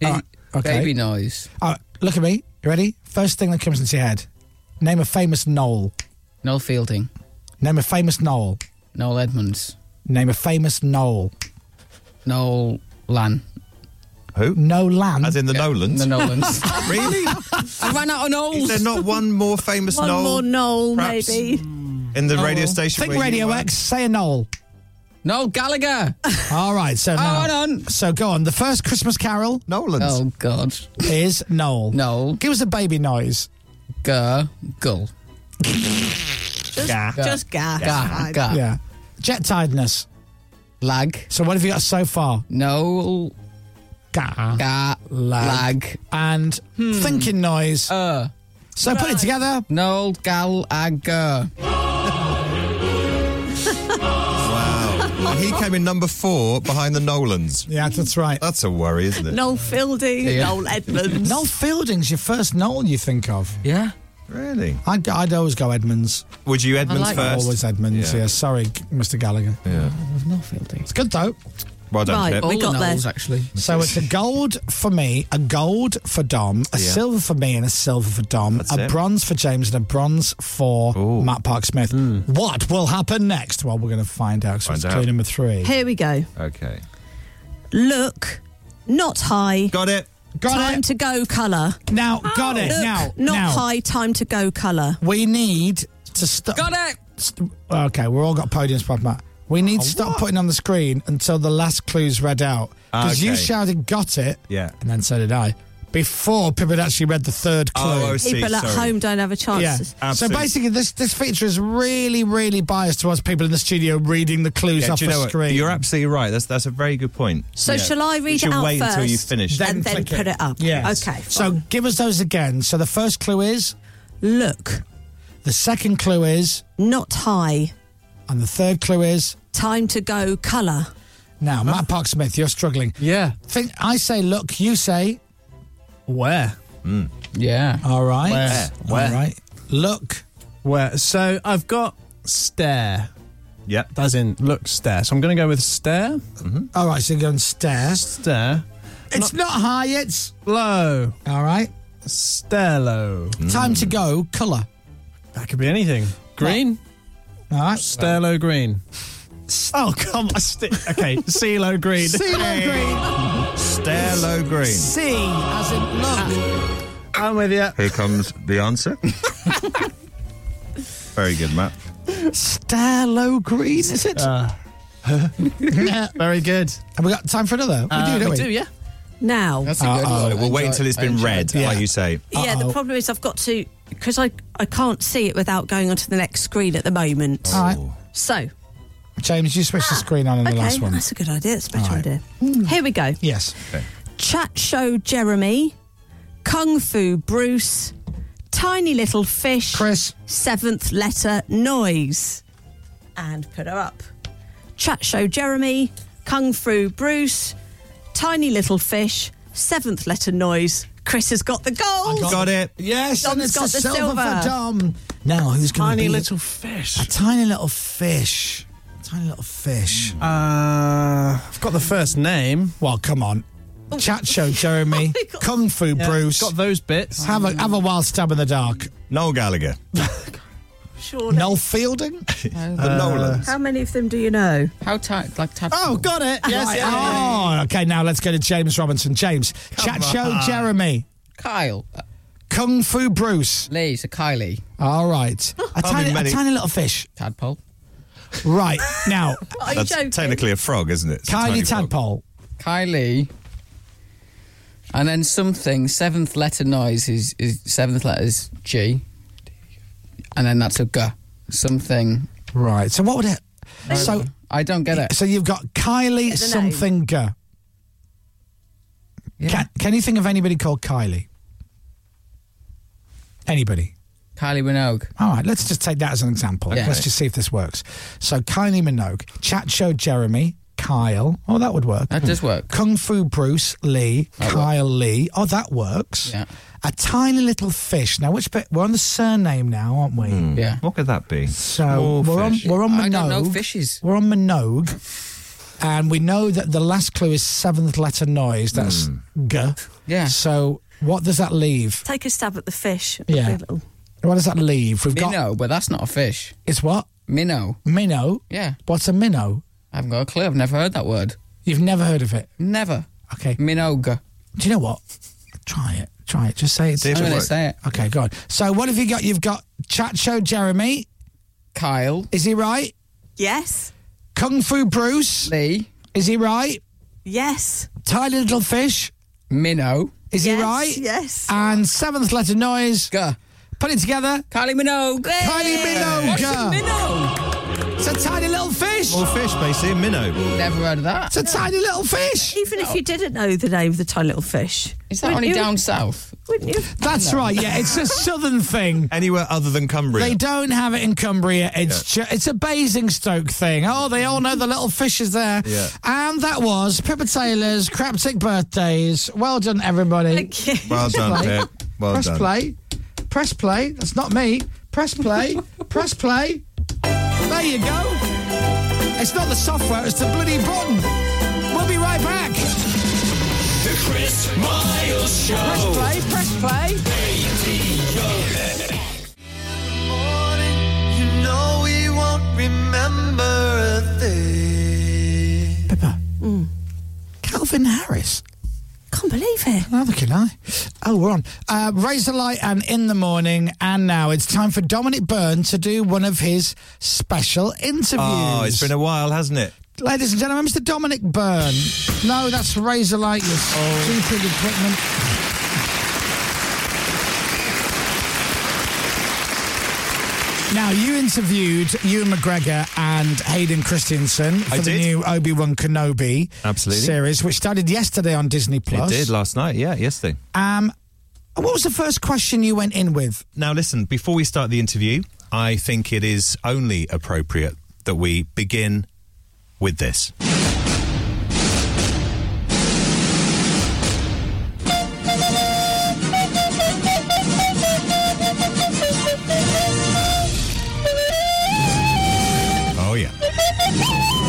F: He-
C: Alright, Ah, okay.
F: Baby noise.
C: All right, Oh, look at me. You ready? First thing that comes into your head. Name a famous knoll.
F: Noel Fielding.
C: Name a famous knoll.
F: Noel Edmonds.
C: Name a famous knoll.
F: Noel Lan.
D: Who?
C: No land.
D: As in the Nolans.
F: The Nolans.
D: Really?
F: I ran out of
D: Is there
F: Noels.
D: not one more famous
B: One
D: Noel?
B: more Noel,
D: Perhaps
B: maybe.
D: In the
F: Noel.
D: radio station.
C: Oh, Think
D: where you
C: Radio
D: work?
C: X. Say a knoll.
F: Noel Gallagher. Oh,
C: All right. So now.
F: hold on.
C: So go on. The first Christmas Carol
D: Nolans.
F: Oh God.
C: is knoll.
F: Noel
C: Give us a baby noise.
F: Gur Gull.
B: Just, just gas.
F: Gah.
B: Fine.
F: Gah.
C: Yeah. Jet tiredness.
F: Lag.
C: So what have you got so far?
F: Noel
C: Gah.
F: Gah
C: Ah. Lag.
F: Lag. Hmm.
C: And thinking noise.
F: Uh.
C: so put it together.
F: Noel Gallagher.
D: Wow. he came in number four behind the Nolans.
C: Yeah, that's right.
D: That's a worry, isn't it?
B: Noel Fielding,
F: Yeah.
B: Noel Edmonds.
C: Noel Fielding's your first knoll you think of.
F: Yeah.
D: Really?
C: I'd, I'd always go Edmonds.
D: Would you Edmonds
F: like
D: first?
C: Always Edmonds. Yeah.
D: Yeah.
C: Sorry, G- Mr. Gallagher.
D: Yeah.
F: Noel Fielding.
C: It's good though.
D: Well done,
B: Right.
D: Pip.
B: We
F: All
B: got
F: the
B: there.
F: Noels actually.
C: So it's a gold for me, a gold for Dom, a
D: Yeah.
C: silver for me, and a silver for Dom,
D: That's
C: a
D: it.
C: bronze for James, and a bronze for Matt Park Smith. What will happen next? Well, we're going to find out. So
D: Hmm. Find
C: it's
D: out.
C: clue number three.
B: Here we go.
D: Okay.
B: Look, not high.
D: Got it.
C: got
B: time
C: it
B: to go colour.
C: now. Got it
B: Look,
C: now.
B: not
C: now.
B: high. Time to go colour.
C: We need to stop.
F: Got it.
C: St- okay, we're all got podiums, Bob Matt. We need
D: Oh,
C: to stop putting on the screen until the last clue's read out. Because you
D: Ah, Okay.
C: shouted, got it.
D: Yeah.
C: And then so did I. before people had actually read the third clue.
D: Oh, I see.
B: People at
D: sorry.
B: home don't have a chance.
C: Yeah.
D: Absolutely.
C: So basically, this this feature is really, really biased towards people in the studio reading the clues
D: Yeah,
C: off
D: do you
C: the
D: know what?
C: screen.
D: You're absolutely right. That's that's a very good point.
B: So shall I read
D: you
B: it
D: should
B: out
D: wait
B: first?
D: until you finish.
B: and then
C: click
B: put it up.
C: Yes.
B: Okay,
C: So
B: fine.
C: give us those again. So the first clue is,
B: Look,
C: the second clue is,
B: not high.
C: and the third clue is.
B: Time to go. Colour.
C: Now, Matt Park Smith, you're struggling.
E: Yeah.
C: Think I say look, you say
E: Where?
F: Yeah.
C: all right.
E: Hmm. Where?
C: All
E: Where?
C: right. Look.
E: Where? So I've got stare.
D: Yep.
E: As in, look, stare. So I'm going to go with stare.
C: Mm-hmm. All right, so you go and stare.
E: Stare.
C: It's not high, it's
E: Low.
C: all right. Mm.
E: Stare low.
C: Time to go, colour.
E: That could be anything. Green?
C: All right.
E: Stare low green. Oh, come on. St- okay, see low green.
C: C green.
D: Stare low green.
C: C as in look.
E: I'm with you.
D: Here comes the answer. very good, Matt.
C: Stare low green, is it?
B: Uh,
D: Uh,
E: Very good.
C: Have we got time for another?
B: Uh,
C: We do, don't we?
E: yeah.
B: Now.
F: That's a good
C: Uh-oh.
F: one.
D: We'll wait
F: Enjoy-
D: until it's been
F: enjoy-
D: read,
C: Yeah.
D: like you say.
B: Yeah, the problem is I've got to because I I can't see it without going onto the next screen at the moment.
C: All right.
D: Oh.
B: So
C: James, you switch the screen on in
B: Ah, okay,
C: the last one.
B: that's a good idea. That's a better
C: All right. Hmm.
B: idea. Here we go.
C: Yes.
B: Chat show Jeremy, Kung Fu Bruce, Tiny Little Fish,
C: Chris.
B: Seventh Letter Noise, and put her up. Chat show Jeremy, Kung Fu Bruce, Tiny Little Fish, Seventh Letter Noise. Chris has got the gold.
D: Got it.
C: Yes, and
B: Dom's
C: it's
B: got
C: the
B: the
C: silver,
B: silver.
C: for Dom. Now who's going to be
E: Tiny
C: the-
E: little fish.
C: a tiny little fish? Tiny little fish.
E: Uh, I've got the first name.
C: Well, come on. Chat show, Jeremy.
B: Oh my God.
C: Kung Fu Bruce.
E: Got those bits.
C: Have a have a wild stab in the dark.
D: Noel Gallagher.
B: Surely.
C: Noel Fielding.
D: the
C: Uh,
D: Nolans.
B: How many of them do you know?
F: How tight? Like type.
E: Oh, got it. Yes,
C: Right,
E: yeah.
C: Oh, okay. Now let's go to James Robinson. James. Chat show, Jeremy.
F: Kyle. Uh,
C: Kung Fu Bruce.
F: Lee, so Kylie.
C: All right. A tiny, a
D: many.
C: tiny little fish.
F: Tadpole.
C: Right now,
B: Are you
D: That's
B: joking?
D: technically a frog, isn't it? It's a tiny
C: Kylie
D: frog.
C: Tadpole.
F: Kylie. And then something. Seventh letter noise is, is seventh letter is G. And then that's a G. Something.
C: Right. So what would it? So
F: I don't get it.
C: so you've got Kylie
B: the name.
C: something. uh,
F: Yeah.
C: Can, can you think of anybody called Kylie? Anybody?
F: Kylie Minogue.
C: All right, let's just take that as an example.
F: Yeah.
C: Let's just see if this works. So Kylie Minogue, chat show Jeremy, Kyle. Oh, that would work.
F: That does work.
C: Kung Fu Bruce Lee, Kyle Lee. Oh, that works.
F: Yeah.
C: A tiny little fish. Now, which bit? We're on the surname now, aren't we?
F: Yeah.
D: What could that be?
C: So
D: Hmm. Small
C: we're on,
D: fish.
C: we're on Minogue.
F: I don't know fishes.
C: We're on Minogue. And we know that the last clue is seventh letter noise. That's
D: Hmm.
C: G.
F: Yeah.
C: So what does that leave?
B: Take a stab at the fish.
C: Yeah.
B: A little-
C: What does that leave? We've got.
F: Minnow, but that's not a fish.
C: It's what?
F: Minnow.
C: Minnow?
F: Yeah.
C: What's a minnow?
F: I haven't got a clue. I've never heard that word.
C: You've never heard of it.
F: Never.
C: Okay.
F: Minogue.
C: Do you know what? Try it. Try it. Just say it's.
D: See if
F: I'm
D: it
F: going to
D: works.
F: say it.
C: Okay, go on. So what have you got? You've got Chat Show Jeremy.
F: Kyle.
C: Is he right?
B: Yes.
C: Kung Fu Bruce.
F: Lee.
C: Is he right?
B: Yes.
C: Tiny Little Fish.
F: Minnow.
C: Is
B: yes,
C: he right?
B: Yes.
C: And seventh letter noise.
F: G.
C: Put it together.
F: Kylie Minogue.
C: Kylie Minogue.
F: Minnow.
C: It's a tiny little fish.
D: Small fish, basically. Minnow.
F: Never heard of that.
C: It's a tiny little fish.
B: Even if you didn't know the name of the tiny little fish,
F: Is that
B: wouldn't
F: only
B: you-
F: down south?
B: Wouldn't you?
C: That's right. Yeah, it's a southern thing.
D: Anywhere other than Cumbria.
C: They don't have it in Cumbria. It's ju- it's a Basingstoke thing. Oh, they all know the little fish is there.
D: Yeah.
C: And that was Pippa Taylor's Craptic Birthdays. Well done, everybody.
B: Thank you.
D: well done,
C: play.
D: Pip. Well
C: Press
D: done.
C: play. Press play. That's not me. Press play. Press play. There you go. It's not the software, it's the bloody button. We'll be right back.
A: The Chris Miles Show.
C: Press play. Press play. Pippa. Calvin Harris.
B: Mm. Can't believe it.
C: Neither can I. Oh, we're on. Uh, Raise the light and in the morning. And now it's time for Dominic Byrne to do one of his special interviews.
D: Oh, it's been a while, hasn't it?
C: Ladies and gentlemen,
D: Oh.
C: Mr. Dominic Byrne. No, that's Razorlight, your stupid equipment. Now, you interviewed Ewan McGregor and Hayden Christensen for
D: I
C: the
D: did.
C: new Obi Wan Kenobi
D: Absolutely.
C: series, which started yesterday on Disney
D: It
C: Plus.
D: did last night, yeah, yesterday.
C: Um, what was the first question you went in with?
D: Now, listen, before we start the interview, I think it is only appropriate that we begin with this. Oh, yeah.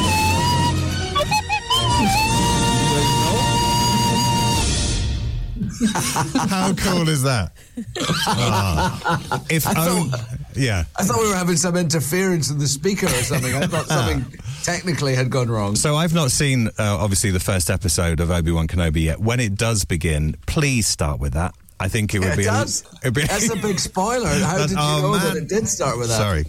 D: How cool is that? Ah. if only, yeah.
J: I thought we were having some interference in the speaker or something. I thought something technically had gone wrong.
D: Ah. So I've not seen, uh, obviously, the first episode of Obi Wan Kenobi yet. When it does begin, please start with that. I think it would
J: It
D: be.
J: does.
D: it'd be-
J: That's a big spoiler. How
D: That's-
J: did you
D: oh,
J: know that
D: man.
J: it did start with that?
D: Sorry.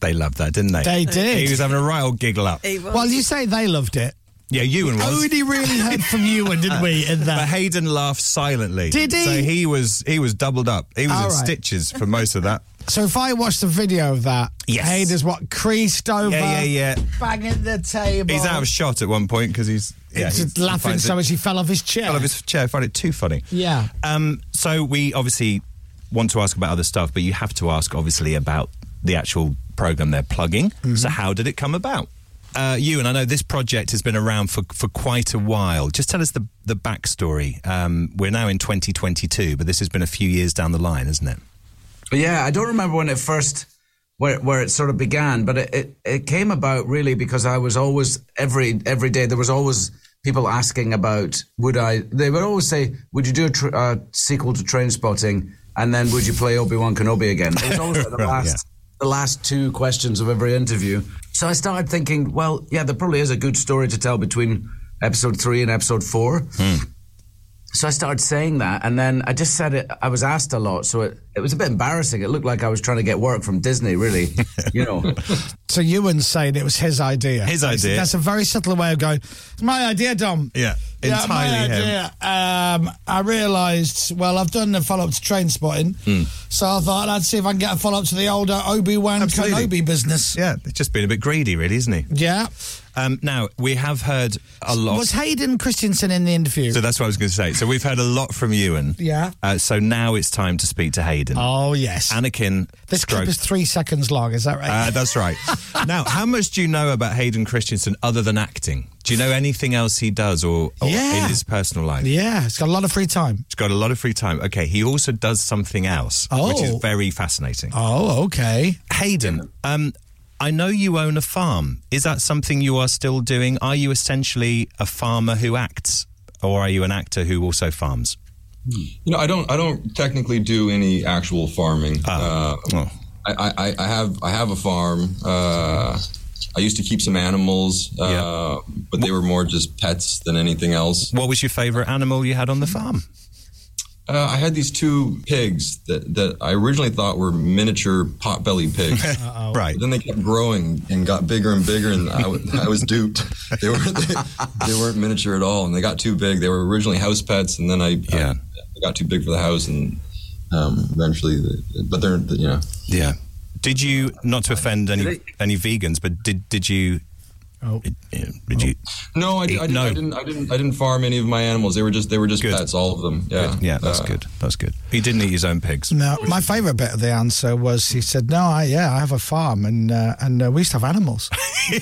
D: They loved that, didn't they?
C: They did.
D: He was having a right old giggle up.
C: Well, you say they loved it.
D: Yeah, you and was.
C: Only really heard from Ewan, Oh, didn't we? In
D: But
C: that.
D: Hayden laughed silently.
C: Did he?
D: So he was he was doubled up. He was
C: All
D: in
C: right.
D: stitches for most of that.
C: So if I watched the video of that,
D: Yes.
C: Hayden's what creased over,
D: Yeah, yeah, yeah.
C: banging the table.
D: He's out of shot at one point because he's yeah,
C: Just
D: he
C: laughing
D: finds
C: so
D: it-
C: much he fell off his chair.
D: fell off his chair. Found it too funny.
C: Yeah.
D: Um, so we obviously want to ask about other stuff, but you have to ask obviously about the actual program they're plugging. So how did it come about? Uh, you and I know this project has been around for, for quite a while. Just tell us the the backstory. Um, we're now in 2022, but this has been a few years down the line, isn't it?
J: But yeah, I don't remember when it first where where it sort of began, but it, it, it came about really because I was always every every day there was always people asking about would I they would always say would you do a, tr- a sequel to Train Spotting and then would you play Obi Wan Kenobi again? It was always like the
D: Right,
J: last
D: yeah.
J: the last two questions of every interview. So I started thinking, well, yeah, there probably is a good story to tell between episode three and episode four. So I started saying that, and then I just said it. I was asked a lot, so it, it was a bit embarrassing. It looked like I was trying to get work from Disney, really. You know,
C: So Ewan's saying it was his idea.
D: His idea.
C: That's a very subtle way of going. It's my idea, Dom.
D: Yeah,
C: my
D: entirely him.
C: idea. Um, I realised. Well, I've done a follow up to Train Spotting,
D: Hmm.
C: so I thought I'd see if I can get a follow up to the older Obi Wan
D: Absolutely.
C: Kenobi business.
D: Yeah, it's just been a bit greedy, really, isn't he?
C: Yeah.
D: Um, now we have heard a lot.
C: Was Hayden Christensen in the interview?
D: so that's what I was going to say. So we've heard a lot from Ewan.
C: Yeah.
D: Uh, so now it's time to speak to Hayden.
C: oh yes.
D: Anakin.
C: this
D: stroke-
C: clip is three seconds long. Is that right?
D: Uh, that's right. now, how much do you know about Hayden Christensen other than acting? Do you know anything else he does or, or
C: Yeah.
D: in his personal life?
C: yeah. It's got a lot of free time.
D: He's got a lot of free time. Okay, he also does something else, which is
C: Oh.
D: very fascinating.
C: Oh, okay.
D: Hayden, um, I know you own a farm. Is that something you are still doing? Are you essentially a farmer who acts, or are you an actor who also farms?
K: You know, I don't. I don't technically do any actual farming. Uh,
D: Oh.
K: I, I, I have. I have a farm. Uh, I used to keep some animals, uh, but they were more just pets than anything else.
D: What was your favorite animal you had on the farm?
K: Uh, I had these two pigs that, that I originally thought were miniature potbelly pigs.
D: Right.
K: But then they kept growing and got bigger and bigger, and I, w- I was duped. They, were, they, they weren't miniature at all, and they got too big. They were originally house pets, and then I,
D: Yeah.
K: I, they got too big for the house, and um, eventually, the, but they're you know.
D: Yeah. Did you not to offend any any vegans, but did did you?
C: Oh.
D: Did you?
K: No, I, I, didn't,
D: No.
K: I didn't. I didn't. I didn't farm any of my animals. They were just. They were just
D: Good.
K: pets. All of them. Yeah.
D: Yeah, that's
K: Uh,
D: good. That's good. He didn't eat his own pigs.
C: No, my favourite bit of the answer was he said, "No, I yeah, I have a farm and uh, and uh, we used to have animals."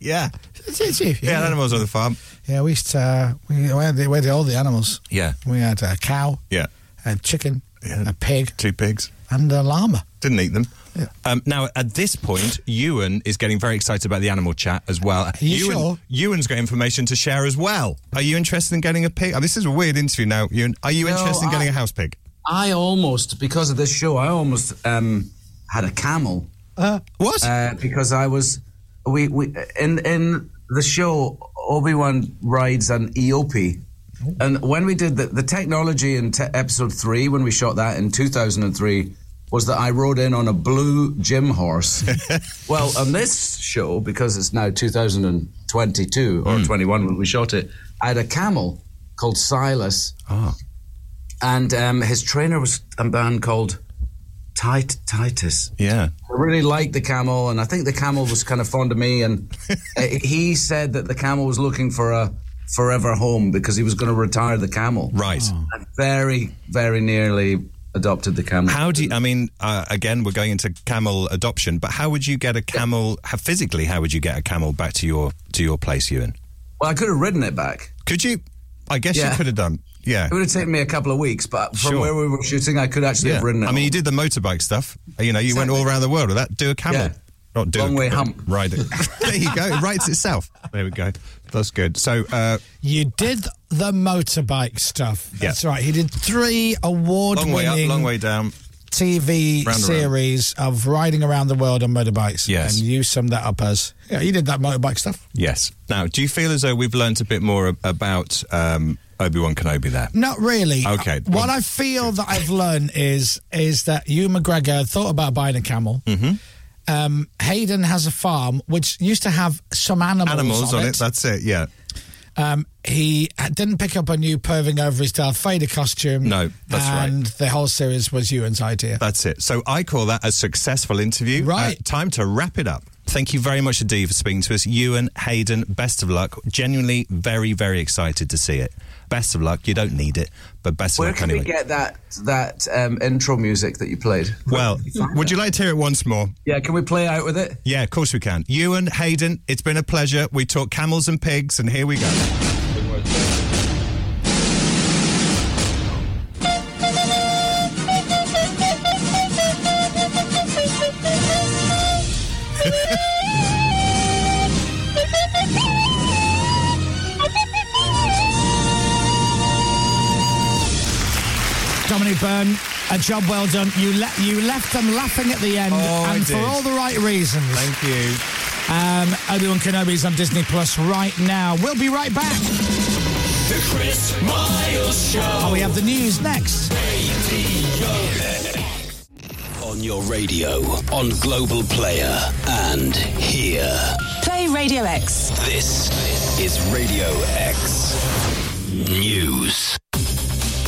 D: Yeah.
C: Did you?
D: Yeah, animals on the farm.
C: Yeah, we used to uh, we, we, had, the- we had all the animals.
D: Yeah.
C: we had a cow,
D: Yeah.
C: a chicken,
D: Yeah.
C: a pig,
D: Two pigs.
C: and a llama.
D: Didn't eat them.
C: Yeah.
D: Um, now, at this point, Ewan is getting very excited about the animal chat as well.
C: you
D: Ewan,
C: sure?
D: Ewan's got information to share as well. Are you interested in getting a pig? Oh, this is a weird interview now, Ewan. Are you
J: No,
D: interested in getting
J: I-
D: a house pig?
J: I almost because of this show, I almost um, had a camel
D: What?
J: uh, because I was we, we in in the show Obi Wan rides an EOP, and when we did the, the technology in te- episode three when we shot that in two thousand and three. Was that I rode in on a blue gym horse? well, on this show, because it's now 2022 or 21 when we shot it, I had a camel called Silas, and um, his trainer was a man called Tit- Titus.
D: Yeah.
J: I really liked the camel, and I think the camel was kind of fond of me. And uh, he said that the camel was looking for a forever home because he was going to retire the camel.
D: Right.
I: Oh.
J: I very, very nearly adopted the camel.
D: How do you, I mean, uh, again, we're going into camel adoption, but how would you get a camel, how, physically, how would you get a camel back to your to your place, Ewan?
J: Well, I could have ridden it back.
D: Could you? I guess
J: Yeah.
D: you could have done. Yeah.
J: It would have taken me a couple of weeks, but from
D: Sure.
J: where we were shooting, I could actually have ridden it.
D: I mean, you did the motorbike stuff. You know, you went all around the world with that. Do a camel.
J: Yeah.
D: Not do
J: Long
D: a,
J: way hump.
D: Ride it. there you go. It writes itself. There we go. That's good. So, uh,
C: You did the motorbike stuff.
D: Yeah.
C: That's right. He did three award
D: long way up,
C: winning
D: long way down. Round
C: TV
D: and round.
C: series of riding around the world on motorbikes.
D: Yes.
C: And you summed that up as yeah, you did that motorbike stuff.
D: Yes. Now, do you feel as though we've learnt a bit more ab- about um, Obi Wan Kenobi there?
C: Not really. Uh,
D: Okay.
C: What I feel that I've learned is is that you McGregor thought about buying a camel. Mm-hmm. Um, Hayden has a farm which used to have some animals,
D: Animals
C: on,
D: on it. That's it. Yeah.
C: Um, he didn't pick up a new perving over his Darth Vader costume.
D: No, that's right.
C: And the whole series was Ewan's idea.
D: That's it. So I call that a successful interview. Right. time to wrap it up. Thank you very much indeed for speaking to us. Ewan, Hayden, best of luck. Genuinely very, very excited to see it. Best of luck. You don't need it, but best of
J: Where
D: luck
J: can
D: anyway.
J: we get that that um, intro music that you played?
D: well, Oh, would you like to hear it once more?
J: Yeah, can we play out with it?
D: Yeah, of course we can. Ewan, Hayden, it's been a pleasure. We talk camels and pigs, and here we go.
C: Dominic Byrne, a job well done. You le- you left them laughing at the end,
D: Oh, I
C: and
D: did.
C: for all the right reasons.
D: Thank you.
C: Um, Obi Wan Kenobi's on Disney Plus right now. We'll be right back.
A: The Chris Miles Show.
C: Oh, we have the news next.
A: On your radio, on Global Player, and here.
L: Play Radio X.
A: This is Radio X News.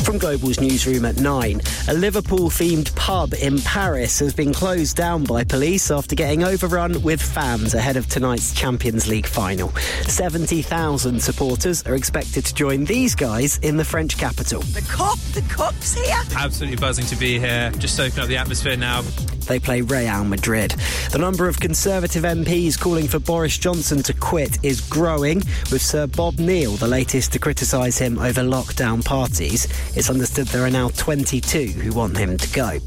M: From Global's newsroom at 9, a Liverpool themed pub in Paris has been closed down by police after getting overrun with fans ahead of tonight's Champions League final. 70,000 supporters are expected to join these guys in the French capital.
L: The cop, the cop's here.
N: Absolutely buzzing to be here. Just soaking up the atmosphere now.
M: They play Real Madrid. The number of Conservative MPs calling for Boris Johnson to quit is growing, with Sir Bob Neal the latest to criticise him over lockdown parties. It's understood there are now 22 who want him to go.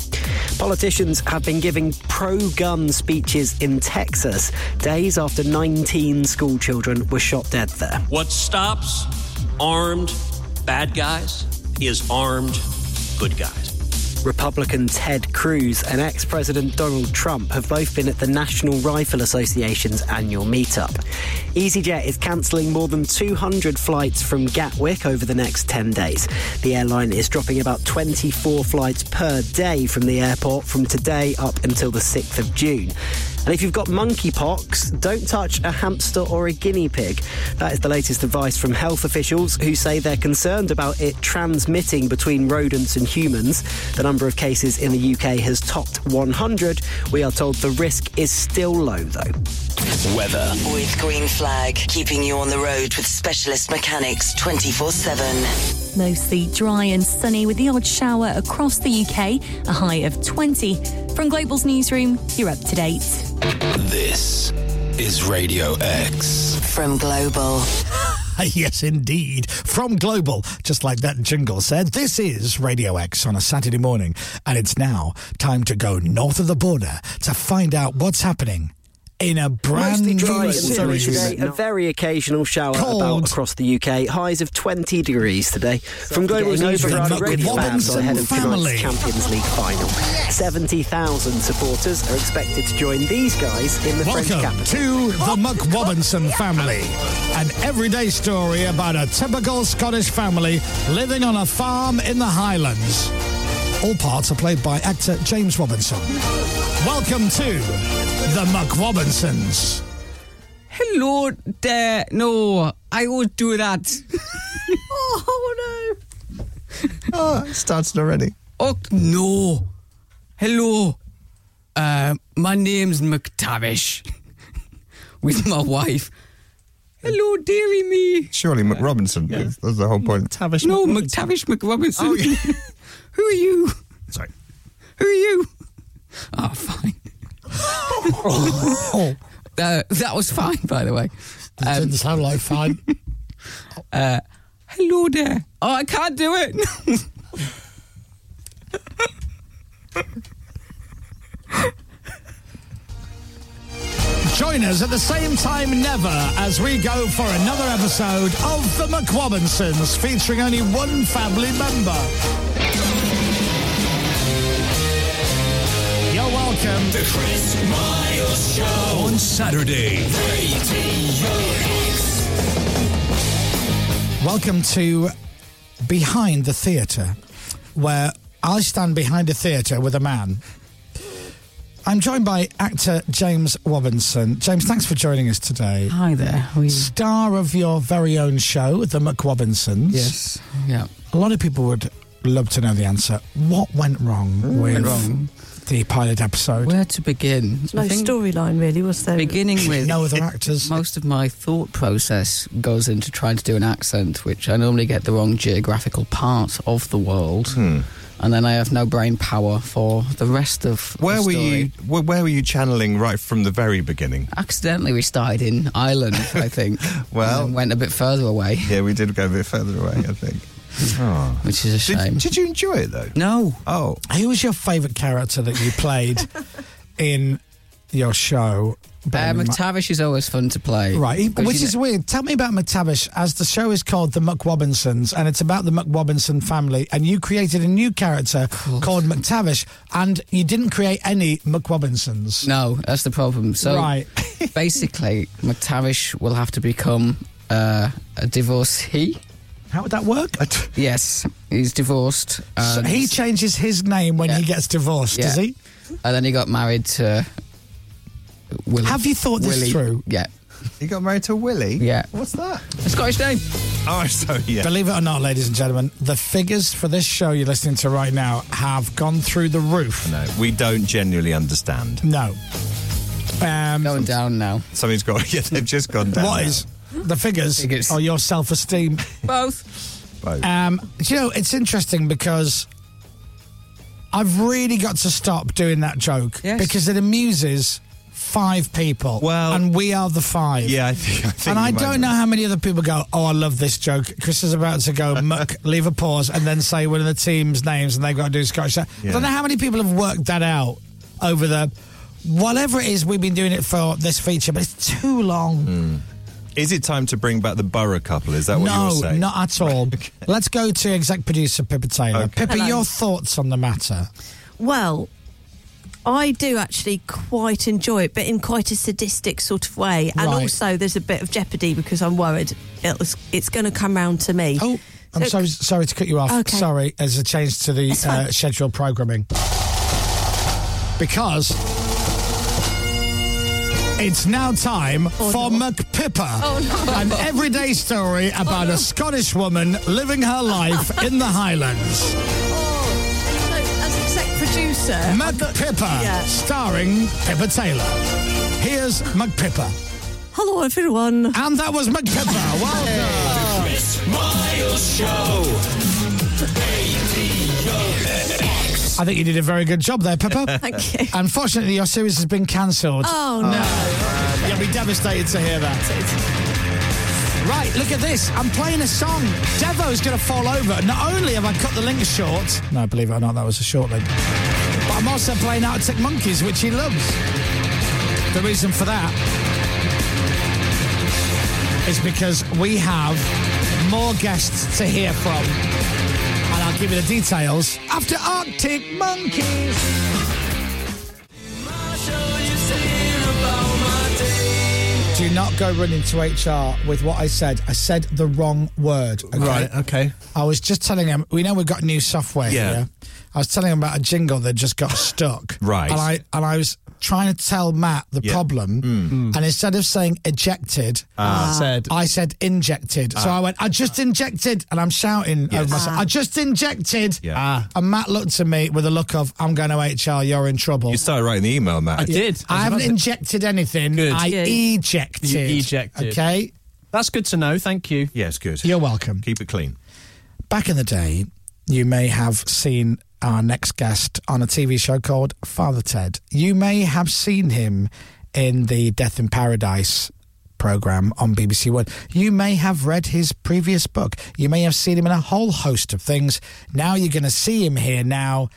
M: Politicians have been giving pro gun speeches in Texas days after 19 schoolchildren were shot dead there.
A: What stops armed bad guys is armed good guys.
M: Republican Ted Cruz and ex President Donald Trump have both been at the National Rifle Association's annual meetup. EasyJet is cancelling more than 200 flights from Gatwick over the next 10 days. The airline is dropping about 24 flights per day from the airport from today up until the 6th of June. And if you've got monkeypox, don't touch a hamster or a guinea pig. That is the latest advice from health officials who say they're concerned about it transmitting between rodents and humans. The number of cases in the UK has topped 100. We are told the risk is still low, though.
A: Weather.
O: With Green Flag, keeping you on the road with specialist mechanics 24 7.
P: Mostly dry and sunny with the odd shower across the UK, a high of 20. From Global's newsroom, you're up to date.
A: This is Radio X.
O: From Global.
C: yes, indeed. From Global, just like that jingle said, this is Radio X on a Saturday morning, and it's now time to go north of the border to find out what's happening in a brand
M: Mostly dry
C: new
M: and sunny
C: series.
M: today, a very occasional shower
C: Cold.
M: about across the UK. Highs of 20 degrees today. From Global
C: getting
M: News,
C: over
M: overrun
C: it. Look,
M: radio
C: Robinson
M: fans are ahead of
C: family.
M: tonight's Champions League final. 70,000 supporters are expected to join these guys in the French
C: Welcome
M: capital.
C: to the Muck Robinson family, an everyday story about a typical Scottish family living on a farm in the Highlands. All parts are played by actor James Robinson. Welcome to the Muck Robinsons.
Q: Hello there. No, I
F: oh,
Q: won't do
F: er
Q: that.
R: Ah,
Q: oh, no. Oh, it starts already. Oh, no.
F: hello, uh, my name's McTavish with my wife. Hello, dearie me.
R: Surely McRobinson. That's, that's the whole point. Oh,
F: McTavish no, McTavish McRobinson. Who are you?
D: Sorry.
F: Who are you? Oh, fine. Uh, that was fine, by the way. Um,
C: That didn't sound like fine.
F: uh, hello there. Oh, I can't do it.
C: Join us at the same time never as we go for another episode of The McRobinsons featuring only one family member. You're welcome.
I: The Chris Miles Show on Saturday.
C: Welcome to Behind the Theatre, where I stand behind a theatre with a man. I'm joined by actor James Robinson. James, thanks for joining us today.
F: Hi there.
C: Star of your very own show, The McRobinsons. Yes.
F: Yeah.
C: A lot of people would love to know the answer. What went wrong
F: What
C: with
F: went wrong?
C: the pilot episode?
F: Where to begin?
B: No storyline, really, was there?
F: Beginning with
C: no other actors.
F: Most of my thought process goes into trying to do an accent, which I normally get the wrong geographical part of the world,
R: Hmm.
F: and then I have no brain power for the rest of. the
R: Where were
F: story.
R: you? Where, where were you channeling right from the very beginning?
F: Accidentally, we started in Ireland, I think.
R: Well-
F: and then went a bit further away.
R: Yeah, we did go a bit further away, I think.
F: Which is a shame.
R: Did, you enjoy it though?
F: No.
R: Oh.
C: Who was your favourite character that you played in your show?
F: Uh,
C: Bearing in mind-
F: McTavish is always fun to play.
C: Right, he-
F: Because,
C: which
F: you
C: is
F: know,
C: weird. Tell me about McTavish, as the show is called The McRobinsons, and it's about the McRobinson family, and you created a new character called McTavish, and you didn't create any McRobinsons.
F: No, that's the problem. So
C: Right.
F: basically, McTavish will have to become uh, a divorcee.
C: How would that work?
F: yes, he's divorced.
C: So
F: and-
C: he changes his name when he gets divorced, does
F: Yeah.
C: he?
F: And then he got married to Willie.
C: Have you thought this
F: Willie.
C: through?
F: Yeah.
R: He got married to Willie?
F: Yeah.
R: What's that?
F: A Scottish name.
R: Oh, so yeah.
C: Believe it or not, ladies and gentlemen, the figures for this show you're listening to right now have gone through the roof.
R: No, we don't genuinely understand.
C: No. Um,
F: Going down now.
R: Something's got. Yeah, they've just gone down.
C: What
R: now.
C: is the figures,
R: Figures.
C: or your self esteem?
F: Both.
R: Both.
C: Um, do you know, it's interesting because I've really got to stop doing that joke because it amuses five people. Well, and we are the five.
R: Yeah, I think. I think
C: and
R: you
C: I
R: might
C: don't
R: be
C: know how many other people go, oh, I love this joke. Chris is about to go muck, leave a pause, and then say one of the team's names, and they've got to do Scottish. I
R: Yeah.
C: don't know how many people have worked that out over the whatever it is we've been doing it for this feature, but it's too long.
R: Hmm. Is it time to bring back the Borough couple? Is that what
C: no,
R: you were saying?
C: not at all. Let's go to exec producer Pippa Taylor. Pippa,
B: Hello.
C: your thoughts on the matter?
B: Well, I do actually quite enjoy it, but in quite a sadistic sort of way. And
C: Right.
B: also, there's a bit of jeopardy because I'm worried it's, it's going to come round to me.
C: Oh, I'm so, sorry to cut you off.
B: Okay.
C: Sorry, as a change to the uh, schedule programming. Because it's now time for McPippa,
I: Oh, no.
C: an everyday story about a Scottish woman living her life in the Highlands.
B: As exec producer,
C: McPippa,
B: yeah.
C: starring Pippa Taylor. Here's McPippa.
B: Hello, everyone.
C: And that was McPippa. Well done.
I: Chris Miles Show. ADOX.
C: I think you did a very good job there, Pippa.
I: Thank you.
C: Unfortunately, your series has been cancelled.
I: Oh, no.
C: You'll be devastated to hear that. Right, look at this. I'm playing a song. Devo's going to fall over. Not only have I cut the link short, no, believe it or not, that was a short link, but I'm also playing Arctic Monkeys, which he loves. The reason for that is because we have more guests to hear from. And I'll give you the details after Arctic Monkeys. Do not go running to HR with what I said. I said the wrong word. Okay?
E: Right,
C: okay. I was just telling him, we know we've got new software
E: Yeah.
C: here. I was telling him about a jingle that just got stuck.
E: Right.
C: And I and I was trying to tell Matt the
D: Yeah.
C: problem,
D: Mm.
C: and instead of saying ejected,
D: Ah. Said-
C: I said injected. so
D: Ah.
C: I went, I just injected, and I'm shouting
D: Yes.
C: over myself, I just injected.
D: Yeah. Ah.
C: And Matt looked at me with a look of, I'm going to HR, you're in trouble.
D: You started writing the email, Matt.
C: Yeah. I, haven't injected anything. I
E: Good.
C: ejected.
E: You ejected.
C: Okay.
E: That's good to know. Thank you.
D: Yes, good.
C: You're welcome.
D: Keep it clean.
C: Back in the day, you may have seen our next guest on a TV show called Father Ted. You may have seen him in the Death in Paradise program on BBC One. You may have read his previous book. You may have seen him in a whole host of things. Now you're going to see him here now.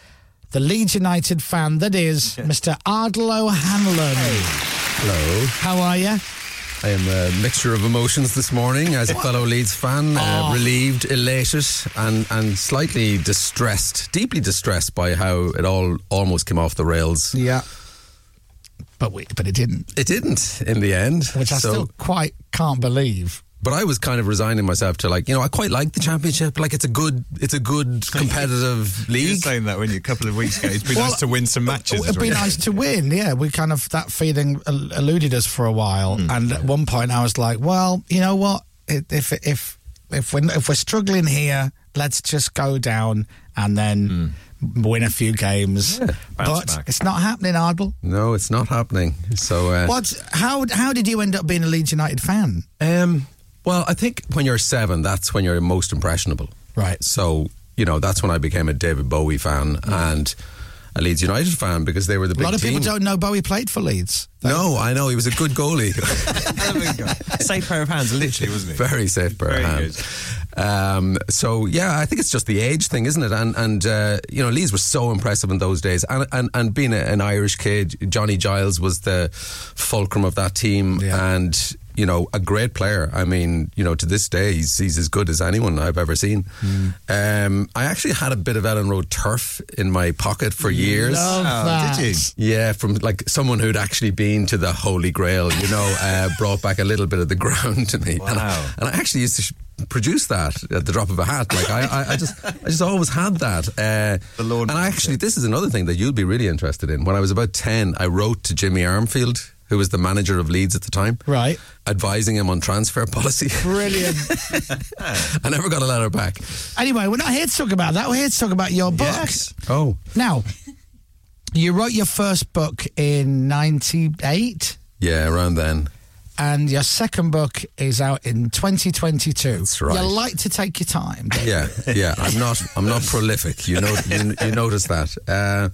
C: The Leeds United fan that is Mr. Ardlo Hanlon.
S: Hello.
C: How are you?
S: I am a mixture of emotions this morning as a fellow Leeds fan, uh,
C: Oh.
S: relieved, elated, and, and slightly distressed, deeply distressed by how it all almost came off the rails.
C: Yeah. But we, but it didn't.
S: It didn't in the end.
C: Which I
S: So-
C: still quite can't believe.
S: but I was kind of resigning myself to like, you know, I quite like the championship. Like it's a good, it's a good competitive league. You were saying that when you a couple of weeks ago, it'd
D: be nice to win some matches.
C: It'd be nice to win. Yeah, we kind of that feeling el- eluded us for a while,
S: Hmm.
C: and at one point I was like, "Well, you know what? If if if if we're if we're struggling here, let's just go down and then win a few games." but
S: Hmm. back.
C: it's not happening, Ardle.
S: No, it's not happening. So uh,
C: What? How how did you end up being a Leeds United fan?
S: Um, well, I think when you're seven, that's when you're most impressionable.
C: Right.
S: So, you know, that's when I became a David Bowie fan and a Leeds United fan because they were the
C: A
S: big
C: lot of people
S: team.
C: don't know Bowie played for Leeds.
S: no, I know. He was a good goalie.
D: Safe pair of hands, literally, wasn't it?
S: Very safe pair of hands. Um, so yeah, I think it's just the age thing, isn't it? And and uh, you know, Leeds was so impressive in those days, and and, and being a, an Irish kid, Johnny Giles was the fulcrum of that team, and you know, a great player. I mean, you know, to this day, he's he's as good as anyone I've ever seen.
D: Hmm.
S: Um, I actually had a bit of Ellen Road turf in my pocket for years.
D: Love Oh, that. did you?
S: Yeah, from like someone who'd actually been to the Holy Grail, you know, uh, brought back a little bit of the ground to me. And, I, and I actually used to sh- produce that at the drop of a hat. Like I, I, I just, I just always had that. Uh, the Lord. And I actually, this is another thing that you'll be really interested in. When I was about ten, I wrote to Jimmy Armfield, who was the manager of Leeds at the time,
C: Right.
S: advising him on transfer policy.
C: Brilliant.
S: I never got a letter back.
C: Anyway, we're not here to talk about that. We're here to talk about your book.
S: Oh.
C: Now, you wrote your first book in 98,
S: Yeah, around then.
C: and your second book is out in 2022. That's
S: right.
C: You like to take your time. don't you?
S: Yeah, yeah. I'm not. I'm not prolific. You know. You, you notice that. Uh,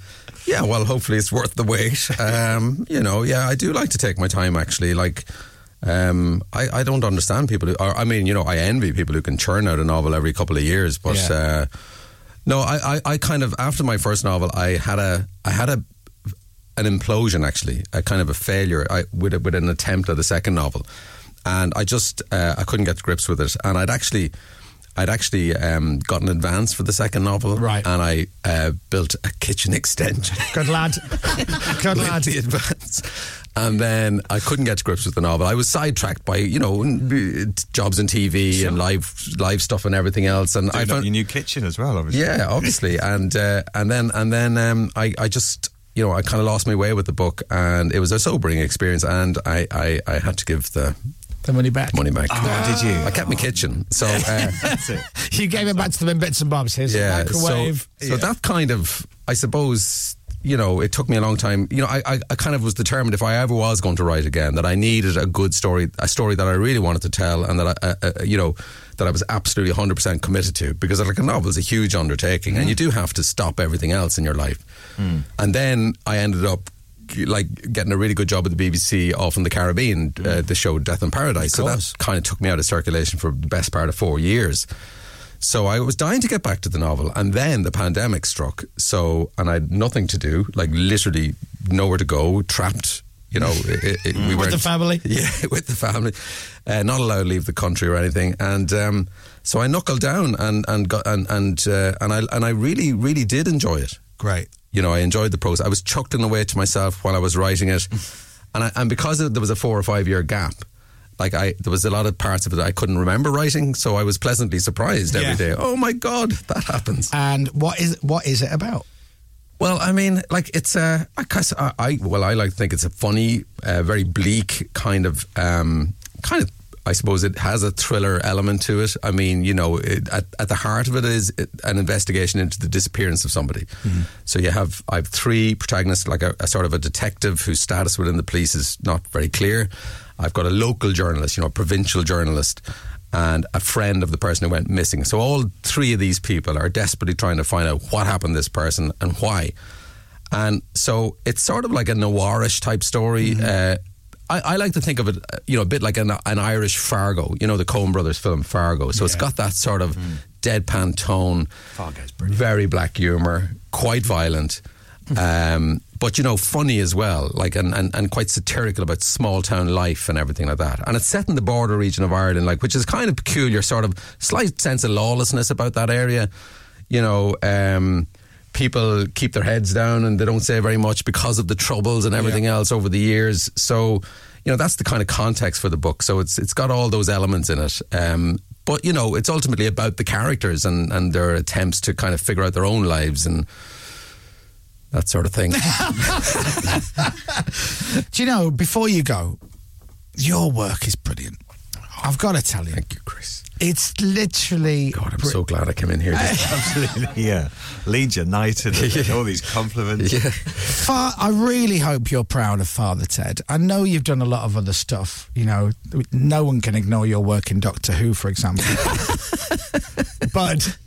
S: yeah. Well, hopefully it's worth the wait. Um, you know. Yeah, I do like to take my time. Actually, like. Um, I, I don't understand people who are, I mean, you know, I envy people who can churn out a novel every couple of years, but, uh, no, I, I, I kind of, after my first novel, I had a, I had a, an implosion actually, a kind of a failure I, with a, with an attempt at the second novel, and I just uh, I couldn't get to grips with it, and I'd actually. I'd actually um, got an advance for the second novel, right? And I uh, built a kitchen extension
C: Good lad. Good lad.
S: the advance. And then I couldn't get to grips with the novel. I was sidetracked by you know n- b- jobs in TV and live live stuff and everything else. And I
D: Doing up
S: found
D: your new kitchen as well, obviously.
S: yeah, obviously. And uh, and then and then um, I I just you know I kind of lost my way with the book, and it was a sobering experience. And I I, I had to give the
C: The money back.
S: money back.
C: Oh, did you?
S: I kept my kitchen. So uh,
C: That's it. You gave it back to them in bits and bobs. Here's yeah, microwave.
S: So, so that kind of, I suppose, you know, it took me a long time. You know, I, I, I kind of was determined if I ever was going to write again that I needed a good story, a story that I really wanted to tell, and that I, uh, uh, you know, that I was absolutely hundred percent committed to because like a novel is a huge undertaking,
C: Mm.
S: and you do have to stop everything else in your life. And then I ended up like getting a really good job at the BBC off in the Caribbean,
C: Mm.
S: uh, the show Death in Paradise. So that kind of took me out of circulation for the best part of four years. So I was dying to get back to the novel, and then the pandemic struck. So and I had nothing to do, like literally nowhere to go, trapped. You know, it, it, we
C: With
S: weren't-
C: the family?
S: Yeah, with the family, uh, not allowed to leave the country or anything. And um, so I knuckled down and and got and and uh, and I and I really really did enjoy it.
C: Great.
S: You know, I enjoyed the process. I was chuckling away to myself while I was writing it, and I, and because there was a four or five year gap. Like I, there was a lot of parts of it I couldn't remember writing, so I was Oh, pleasantly surprised every day. Oh my god, that happens.
C: And what is what is it about?
S: Well, I mean, like it's uh, a. I guess I, I well, I like to think it's a funny, uh, very bleak kind of um, kind of. I suppose it has a thriller element to it. I mean, you know, it, at, at the heart of it is it- an investigation into the disappearance of somebody.
I: Mm-hmm.
S: So you have I have three protagonists, like a, a sort of a detective whose status within the police is not very clear. I've got a local journalist, you know, a provincial journalist, and a friend of the person who went missing. So all three of these people are desperately trying to find out what happened to this person and why. And so it's sort of like a noirish type story. Uh, I, I like to think of it, uh, you know, a bit like an, an Irish Fargo, you know, the Coen Brothers film Fargo. So it's got that sort of deadpan tone, very black humor, quite violent, um, but you know, funny as well, like and, and, and quite satirical about small town life and everything like that. And it's set in the border region of Ireland, like which is kind of peculiar, sort of slight sense of lawlessness about that area. You know, um, people keep their heads down and they don't say very much because of the troubles and everything else over the years. So, you know, that's the kind of context for the book. So it's it's got all those elements in it. Um, but you know, it's ultimately about the characters and, and their attempts to kind of figure out their own lives and that sort of thing.
C: Do you know, before you go, your work is brilliant. I've got to tell you. Thank
S: you, Chris.
C: It's literally. God,
S: I'm so glad I came in here.
D: Absolutely, yeah. Leeds United, and all these compliments.
C: Fa- I really hope you're proud of Father Ted. I know you've done a lot of other stuff. You know, no one can ignore your work in Doctor Who, for example. but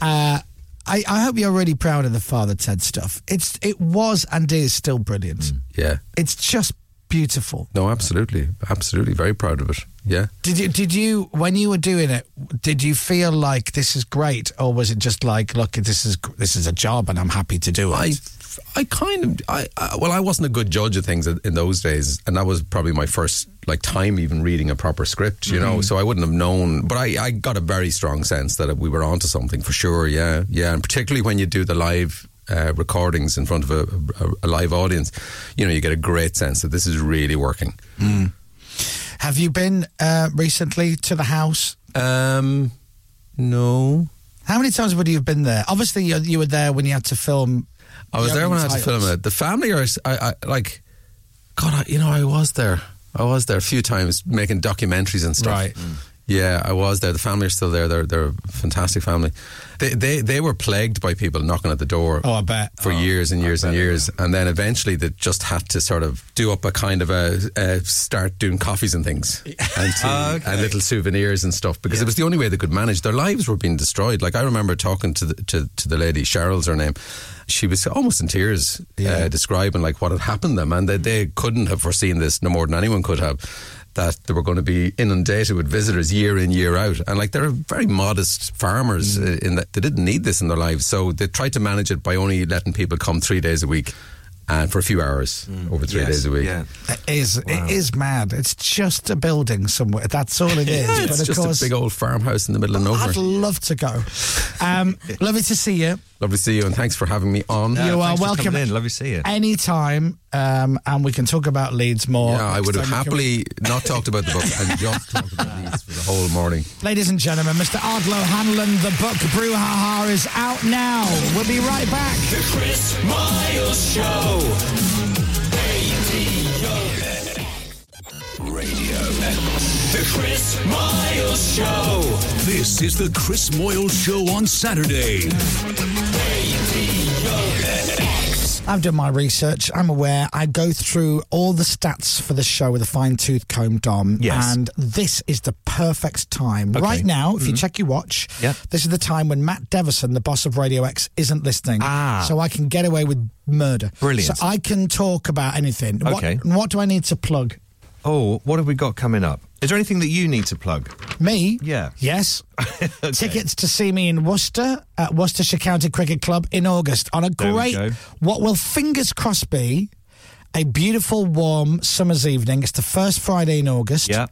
C: uh, I, I hope you're really proud of the Father Ted stuff. It's it was and is still brilliant.
S: Yeah.
C: It's just beautiful.
S: No, absolutely. Absolutely. Very proud of it. Yeah.
C: Did you did you when you were doing it? Did you feel like this is great, or was it just like, look, this is this is a job and I'm happy to do it? I
S: I kind of I, I well I wasn't a good judge of things in, in those days and that was probably my first like time even reading a proper script you know
R: Mhm.
S: so I wouldn't have known but I, I got a very strong sense that we were onto something for sure yeah yeah and particularly when you do the live uh, recordings in front of a, a, a live audience you know you get a great sense that this is really working
C: Have you been uh, recently to the house?
S: Um, no.
C: How many times would you have been there? Obviously, you, you were there when you had to film.
S: I was
C: the
S: there when I had to
C: opening
S: film it. The family are, I, I like, God, I, you know, I was there. I was there a few times making documentaries and stuff.
C: Right.
S: Yeah, I was there. The family are still there. They're they're a fantastic family. They they they were plagued by people knocking at the door.
C: Oh, I bet
S: for years and years and years, and then eventually they just had to sort of do up a kind of a, a start doing coffees and things and tea
C: Oh,
S: and little souvenirs and stuff because it was the only way they could manage. Their lives were being destroyed. Like I remember talking to the, to, to the lady Cheryl's her name. She was almost in tears uh, describing like what had happened to them, and that they couldn't have foreseen this no more than anyone could have that they were going to be inundated with visitors year in year out and like they're very modest farmers uh, in that they didn't need this in their lives so they tried to manage it by only letting people come three days a week and for a few hours over three
C: Yes,
S: days a week
C: yeah. It is it is mad. It's just a building somewhere. That's all it is.
S: Yeah, it's
C: but of
S: just
C: course,
S: a big old farmhouse in the middle of
C: I'd
S: nowhere
C: love to go. Um, lovely to see you.
S: lovely to see you and thanks for having me on
C: You are welcome.
S: lovely to see you
C: Anytime, um, and we can talk about Leeds more.
S: yeah, I
C: next
S: would have
C: time we can-
S: happily not talked about the book and just talked about these for the whole morning.
C: Ladies and gentlemen, Mr. Ardlo Hanlon, the book Brouhaha is out now. We'll be right back.
I: The Chris Miles Show. Radio. Radio. The Chris Miles Show. This is the Chris Moyle Show on Saturday.
C: I've done my research. I'm aware. I go through all the stats for the show with a fine tooth comb, Dom.
R: Yes.
C: And this is the perfect time.
R: Okay.
C: Right now, if you
R: Mhm.
C: check your watch,
R: Yep.
C: this is the time when Matt Deverson, the boss of Radio X, isn't listening.
R: Ah.
C: So I can get away with murder.
D: Brilliant.
C: So I can talk about anything.
D: Okay.
C: What, what do I need to plug?
D: Oh, what have we got coming up? Is there anything that you need to plug?
C: Me?
D: Yeah.
C: Yes. Tickets to see me in Worcester at Worcestershire County Cricket Club in August on a
D: There we
C: great,
D: go.
C: what will fingers crossed be a beautiful, warm summer's evening. It's the first Friday in August. Yeah.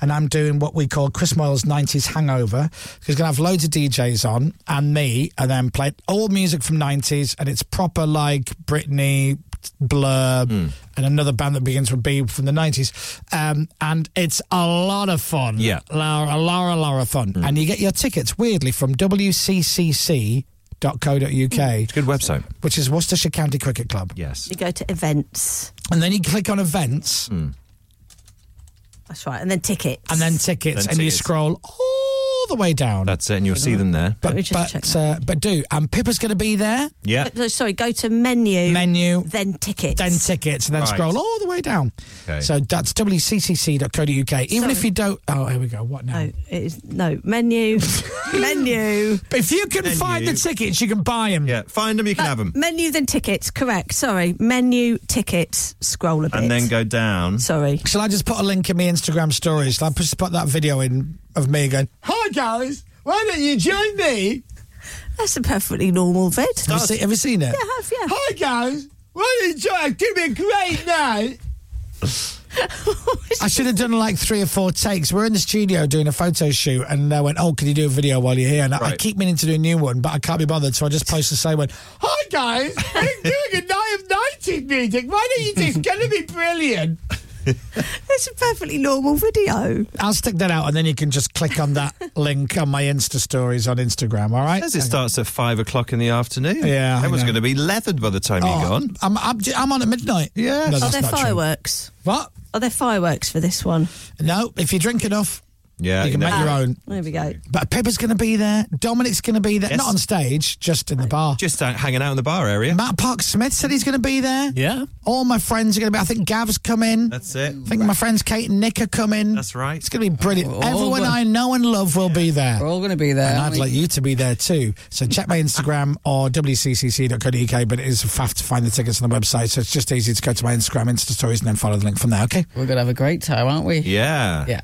C: And I'm doing what we call Chris Moyle's 90s hangover. He's going to have loads of DJs on and me, and then play all music from 90s. And it's proper like Britney, Blur,
D: Hmm.
C: and another band that begins with B from the 90s. Um, and it's a lot of fun.
D: Mm.
C: Yeah. Lara, Lara, Lara fun. And you get your tickets, weirdly, from WCCC.org.uk. www.cricketclub.co.uk. It's
D: Mm. a good website.
C: Which is Worcestershire County Cricket Club.
D: Yes.
B: You go to events.
C: And then you click on events.
B: That's right. And then tickets.
C: And then tickets.
D: Then
C: and you
D: tickets.
C: scroll all the way down.
D: Hmm. That's it, and you'll see them there.
C: But, but, uh, but do. And Pippa's going to be there.
D: Yeah.
B: No, Oh, sorry, go to menu.
C: Menu.
B: Then tickets.
C: Then tickets, and then
D: Right.
C: scroll all the way down.
D: Okay.
C: So that's wccc.co.uk. Even if
B: Sorry.
C: you don't, oh, here we go. What now?
B: No, it is no menu. menu.
C: If you can find the tickets, you can buy them.
D: Yeah, find them, you can have them.
B: Menu then tickets. Correct. Sorry, menu tickets. Scroll a bit.
D: And then go down.
B: Sorry.
C: Shall I just put a link in my Instagram stories? Shall I just put that video in of me going, Hi guys, why don't you join me?
B: That's a perfectly normal vid.
C: Have you, seen, have you seen it?
B: Yeah, I have, yeah.
C: Hi guys, why don't you join? It's going to be a great night. I should have done like three or four takes. We're in the studio doing a photo shoot, and they went, "Oh, can you do a video while you're here?" And I- I
I: Right.
C: keep meaning to do a new one, but I can't be bothered, so I just post the same one. Hi guys, we're doing a night of nineties music. Why don't you do? It's going to be brilliant.
B: It's a perfectly normal video.
C: I'll stick that out, and then you can just click on that link on my Insta stories on Instagram. All right?
D: Says it starts at five o'clock in the afternoon.
C: Yeah, I
D: Everyone's
C: know.
D: going to be leathered by the time you're
C: Oh,
D: gone.
C: I'm, I'm, I'm on at midnight. Yeah.
B: Are there fireworks?
C: What?
B: Are there fireworks for this one?
C: No, if you drink enough,
D: Yeah.
C: you can make your own.
B: There we go.
C: But Pippa's going to be there. Dominic's going to be there.
D: Yes.
C: Not on stage, just in the bar.
D: Just uh, hanging out in the bar area.
C: oh. Matt Park Smith said he's going to be there.
D: Yeah.
C: All my friends are going to be. I think Gav's come in.
D: That's it.
C: I think my friends Kate and Nick are coming.
D: That's right.
C: It's going to be brilliant.
D: We're all
C: Everyone
D: gonna-
C: I know and love will be there. We're
F: all going to be there.
C: And
F: aren't
C: I'd
F: we?
C: like you to be there too. So check my Instagram or wccc.co.uk, but it is faff to find the tickets on the website. So it's just easy to go to my Instagram, Insta stories, and then follow the link from there, okay?
F: We're going to have a great time, aren't we?
D: Yeah.
F: Yeah.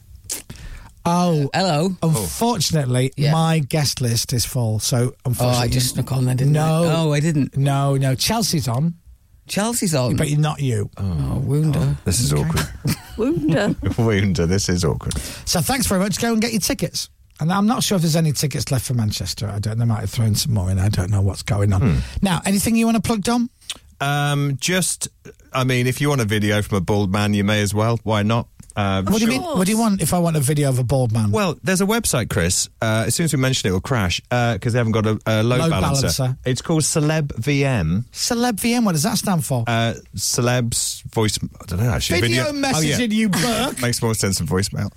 C: Oh,
F: Uh, hello.
C: Unfortunately, my guest list is full. So unfortunately,
F: Oh, I just snuck on there, didn't I?
C: no,
F: Oh, I didn't.
C: No, no. Chelsea's on.
F: Chelsea's on,
C: but not you.
F: Oh, wounder.
D: This is awkward.
B: Wounder.
D: Wounder, this is awkward.
C: So thanks very much. Go and get your tickets. And I'm not sure if there's any tickets left for Manchester. I don't. They might have thrown some more in. I don't know what's going on.
D: Hmm.
C: Now, anything you want to plug, Dom?
D: Um, just, I mean, if you want a video from a bald man, you may as well. Why not? Uh,
C: What do you
D: sure.
C: mean? What do you want? If I want a video of a bald man,
D: Well, there's a website, Chris. Uh, as soon as we mention it, it'll crash because they haven't got a, a load
C: Load
D: balancer.
C: balancer.
D: It's called Celeb VM.
C: celeb VM. What does that stand for?
D: Uh, celebs voice. I don't know actually.
C: video,
D: Oh,
C: messaging,
D: yeah.
C: you burk.
D: Makes more sense than voicemail.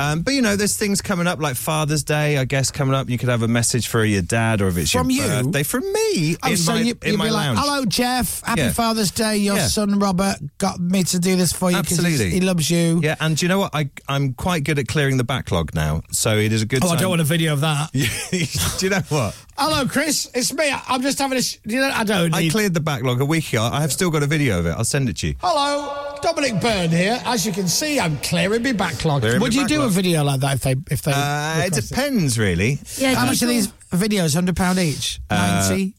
D: Um, but you know, there's things coming up like Father's Day, I guess, coming up. You could have a message for your dad, or if it's
C: From
D: your
C: you?
D: birthday, from me
C: Oh,
D: in
C: so
D: my
C: you,
D: in
C: you'd
D: my
C: be
D: lounge.
C: like, "Hello, Jeff. Happy
D: Yeah.
C: Father's Day. Your
D: Yeah.
C: son Robert got me to do this for you because
D: Absolutely,
C: he loves you."
D: Yeah, and do you know what? I I'm quite good at clearing the backlog now, so it is a good.
C: Oh, I don't want a video of that.
D: do you know what?
C: Hello, Chris. It's me. I'm just having a. Sh- you know, I don't.
D: I
C: Need-
D: cleared the backlog a week ago. I have still got a video of it. I'll send it to you.
C: Hello, Dominic Byrne here. As you can see, I'm clearing my backlog.
D: Clearing
C: Would
D: my
C: you do a
D: backlog.
C: video like that if they if they?
D: Uh, it
C: request it?
D: depends, really.
C: How much are these videos? Hundred pound each.
D: Uh,
C: Ninety.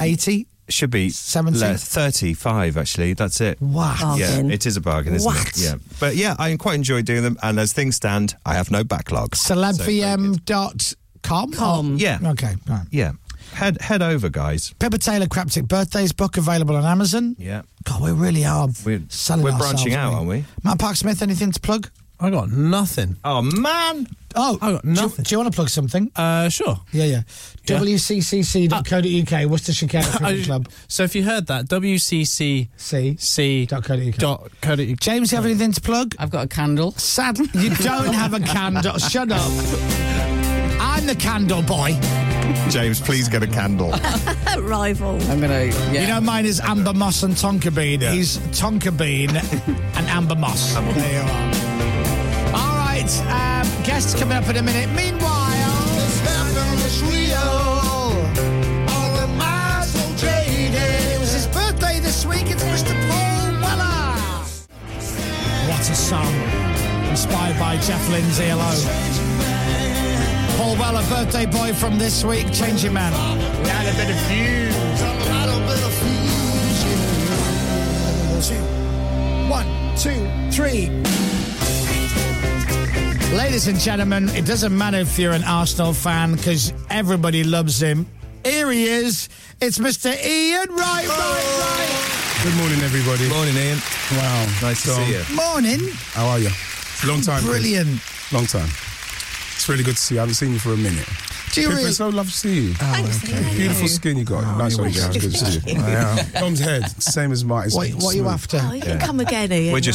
C: 80?
D: Should be
C: 70?
D: le- 35, actually. That's it.
C: Wow. Bargain.
D: Yeah, it is a bargain, isn't
C: What?
D: it? Yeah. But yeah, I quite enjoy doing them. And as things stand, I have no backlog.
C: Celebvm.com? Com.
D: Yeah.
C: Okay. Right.
D: Yeah. Head, head over, guys.
C: Pepper Taylor Craptic Birthdays book available on Amazon.
D: Yeah.
C: God, we really are
D: We're,
C: selling
D: we're
C: ourselves,
D: branching out,
C: aren't
D: aren't we?
C: Matt Park Smith, anything to plug?
E: I got nothing.
D: Oh, man.
C: Oh,
E: I got
C: do you-
E: nothing.
C: Do you, want to plug something?
E: Uh, sure.
C: Yeah, yeah.
E: Yeah.
C: WCCC.co.uk, Worcestershire County
E: I-
C: Cricket Club.
E: So if you heard that, wccc.co.uk.
C: James, you have anything to plug?
F: I've got a candle.
C: Sad. You don't have a candle. Shut up. I'm the candle boy.
D: James, please get a candle.
B: Rival.
F: I'm gonna. Yeah.
C: You know, mine is Amber Moss and Tonka Bean. He's Tonka Bean and Amber Moss. There you are. All right, um, guests coming up in a minute. Meanwhile, it was his birthday this week. It's Mr. Paul Weller. What a song! Inspired by Jeff Lindsay alone. Paul Weller, birthday boy from this week, changing man. Had a bit of fuse. A little bit of fuse. Two, one, two, three. Ladies and gentlemen, it doesn't matter if you're an Arsenal fan because everybody loves him. Here he is. It's Mr. Ian Wright.
T: Good morning, everybody.
D: Morning, Ian.
T: Wow.
D: Nice to see you.
C: Morning.
T: How are you? Long time. Chris.
C: Brilliant.
T: Long time. It's really good to see you. I haven't seen you for a minute.
B: Do
C: Do
B: you
T: Pippa,
B: really-
T: It's so lovely to see you.
B: Thanks, okay. thank you.
T: Beautiful skin you got. nice one, girl. Good to see you.
B: Wow.
T: Tom's head, same as mine. It's
C: What, what are you
T: smooth.
C: after?
B: Oh, you can come again, Ian.
T: aren't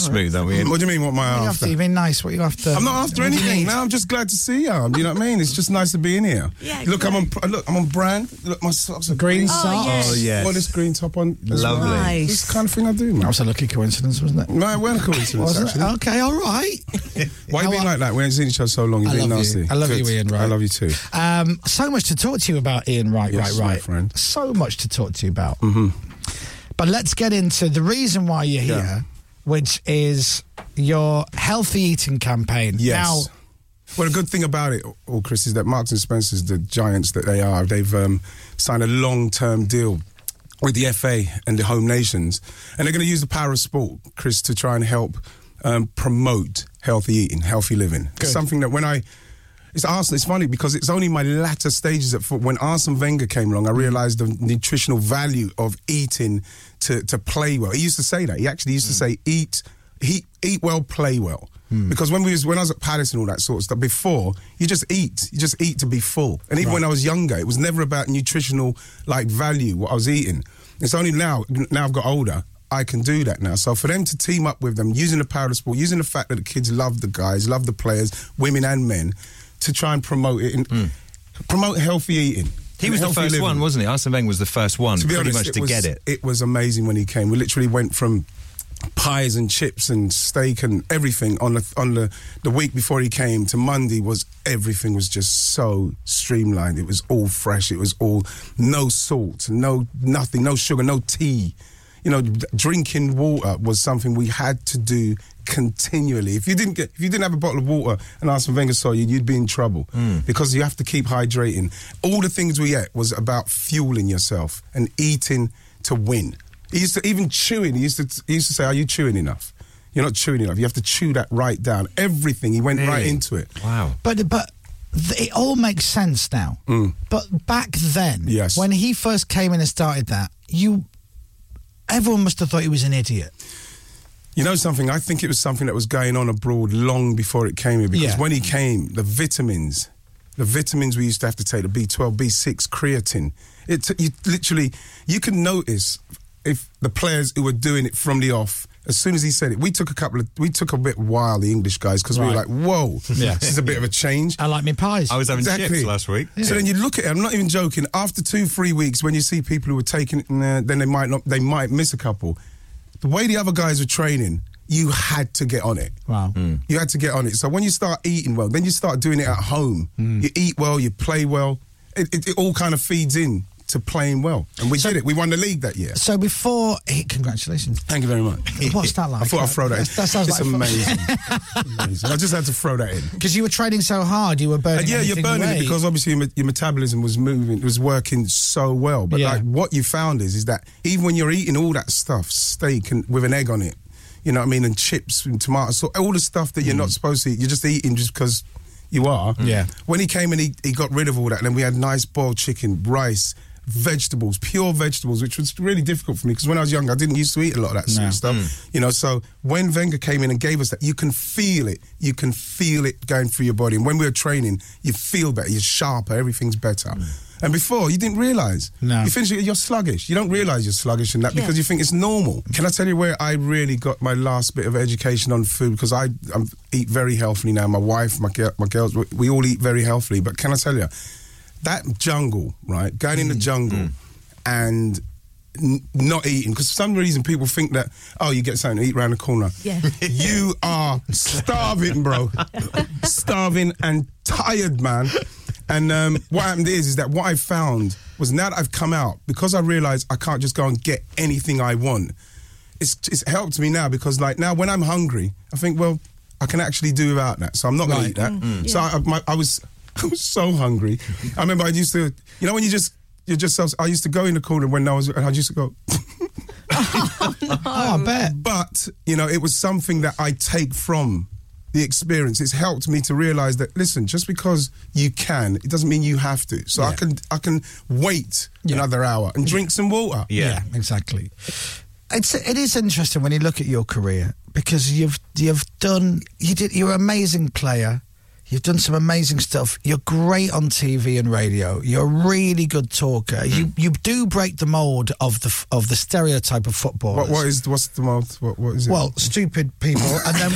T: we? What do you mean? What am
C: What
T: I
C: are you
T: after?
C: after? You mean nice? What are you after?
T: I'm not after
C: What do you
T: anything.
C: need?
T: Now I'm just glad to see you. You know what I mean? It's just nice to be in here.
C: Yeah,
T: look, I'm on. pr- Look, I'm on brand. Look, my socks are
C: Green
T: green.
C: socks. Oh, yes.
T: Got this green top on. as well.
C: Lovely. Nice.
T: This is the kind of thing I do, man.
C: That was a lucky coincidence, wasn't it?
T: No, it weren't a coincidence.
C: Wasn't it?
T: actually.
C: Okay, all right.
T: Why you being like that? We haven't seen each other so long. You're
C: I
T: being
C: love
T: nasty.
C: you. I love
T: Good.
C: you, Ian Wright.
T: I love you too.
C: Um, so much to talk to you about, Ian. Right,
T: Yes,
C: right,
T: my
C: right.
T: friend.
C: So much to talk to you about.
T: Mm-hmm.
C: But let's get into the reason why you're here,
T: Yeah.
C: which is your healthy eating campaign.
T: Yes. well, the good thing about it, all Chris, is that Marks and Spencers, the giants that they are, they've um, signed a long-term deal with the FA and the home nations, and they're going to use the power of sport, Chris, to try and help um, promote healthy eating, healthy living. It's something that when I it's Arsenal. It's funny because it's only my latter stages of when Arsene Wenger came along, I realised the nutritional value of eating to, to play well. He used to say that. He actually used to say, "Eat, eat, eat well, play well." Because when we was when I was at Palace and all that sort of stuff before, you just eat, you just eat to be full. And even when I was younger, it was never about nutritional like value what I was eating. It's only now now I've got older. I can do that now. So for them to team up with them, using the power of sport, using the fact that the kids love the guys, love the players, women and men, to try and promote it and promote healthy eating.
D: Hmm. He
T: and
D: was the
T: healthy
D: first
T: living.
D: one, wasn't he? Arsene Wenger was the first one,
T: To be
D: pretty
T: honest,
D: much, to
T: was,
D: get it.
T: It was amazing when he came. We literally went from pies and chips and steak and everything on the on the the week before he came to Monday was everything was just so streamlined. It was all fresh. It was all no salt, no nothing, no sugar, no tea. You know, d- drinking water was something we had to do continually. If you didn't get, if you didn't have a bottle of water and Arsene Wenger saw you, you'd be in trouble because you have to keep hydrating. All the things we ate was about fueling yourself and eating to win. He used to even chewing. He used to he used to say, "Are you chewing enough? You're not chewing enough. You have to chew that right down. Everything." He went right
D: Really?
T: into it.
D: Wow.
C: But but th- it all makes sense now. But back then,
T: Yes.
C: when he first came in and started that, you everyone must have thought he was an idiot.
T: You know something? I think it was something that was going on abroad long before it came here. Because
C: Yeah.
T: when he came, the vitamins, the vitamins we used to have to take, the B12, B6, creatine. It t- you literally you can notice if the players who were doing it from the off. As soon as he said it, we took a couple of we took a bit while the English guys because we were like,
C: Right.
T: "Whoa,
C: Yeah.
T: this is a bit of a change."
C: I like my pies.
T: So then you look at it. I'm not even joking. After two, three weeks, when you see people who are taking, it, nah, then they might not. They might miss a couple. The way the other guys were training, you had to get on it.
C: Wow.
T: You had to get on it. So when you start eating well, then you start doing it at home.
C: Mm.
T: You eat well. You play well. It, it, it all kind of feeds in to playing well. And we did it. We won the league that year.
C: So before, he, congratulations.
T: Thank you very much.
C: What's that like?
T: I thought I'd throw that in.
C: That, that sounds
T: it's
C: like
T: amazing. amazing. I just had to throw that in.
C: Because you were training so hard, you were burning.
T: yeah, you're
C: everything
T: burning
C: away.
T: it because obviously your, me- your metabolism was moving, was working so well. But
C: Yeah.
T: like what you found is, is that even when you're eating all that stuff, steak and with an egg on it, you know what I mean, and chips and tomato sauce, all the stuff that you're not supposed to eat, you're just eating just because you are.
C: Mm. Yeah.
T: When he came and he, he got rid of all that, and then we had nice boiled chicken, rice. Vegetables, pure vegetables, which was really difficult for me because when I was young, I didn't used to eat a lot of that sort
C: No.
T: of stuff. You know, so when Wenger came in and gave us that, you can feel it. You can feel it going through your body. And when we were training, you feel better. You're sharper. Everything's better. And before, you didn't realise.
C: No.
T: You finish it, you're sluggish. You don't realise you're sluggish in that because you think it's normal. Can I tell you where I really got my last bit of education on food? Because I i eat very healthily now. My wife, my, girl, my girls, we, we all eat very healthily. But can I tell you, that jungle, right? Going in the jungle and n- not eating because for some reason people think that oh you get something to eat round the corner
B: Yeah.
T: you are starving bro starving and tired man and um, what happened is is that what i found was now that i've come out because i realized i can't just go and get anything i want it's, it's helped me now because like now when i'm hungry i think well i can actually do without that so i'm not gonna
C: Right.
T: eat that
C: Mm.
T: so I, my, I was i was so hungry i remember i used to you know when you just you're just so- i used to go in the corner when i was and i used to go
C: Oh, I bet.
T: but you know, it was something that I take from the experience. It's helped me to realize that listen, just because you can, it doesn't mean you have to. So I
C: Yeah.
T: can I can wait another hour and drink some water.
C: Yeah, exactly. It's it is interesting when you look at your career because you've you've done you did you're an amazing player. You've done some amazing stuff. You're great on TV and radio. You're a really good talker.
T: Mm-hmm.
C: You you do break the mold of the f- of the stereotype of football.
T: What, what is what's the mod? What, what is it?
C: Well, stupid people, and then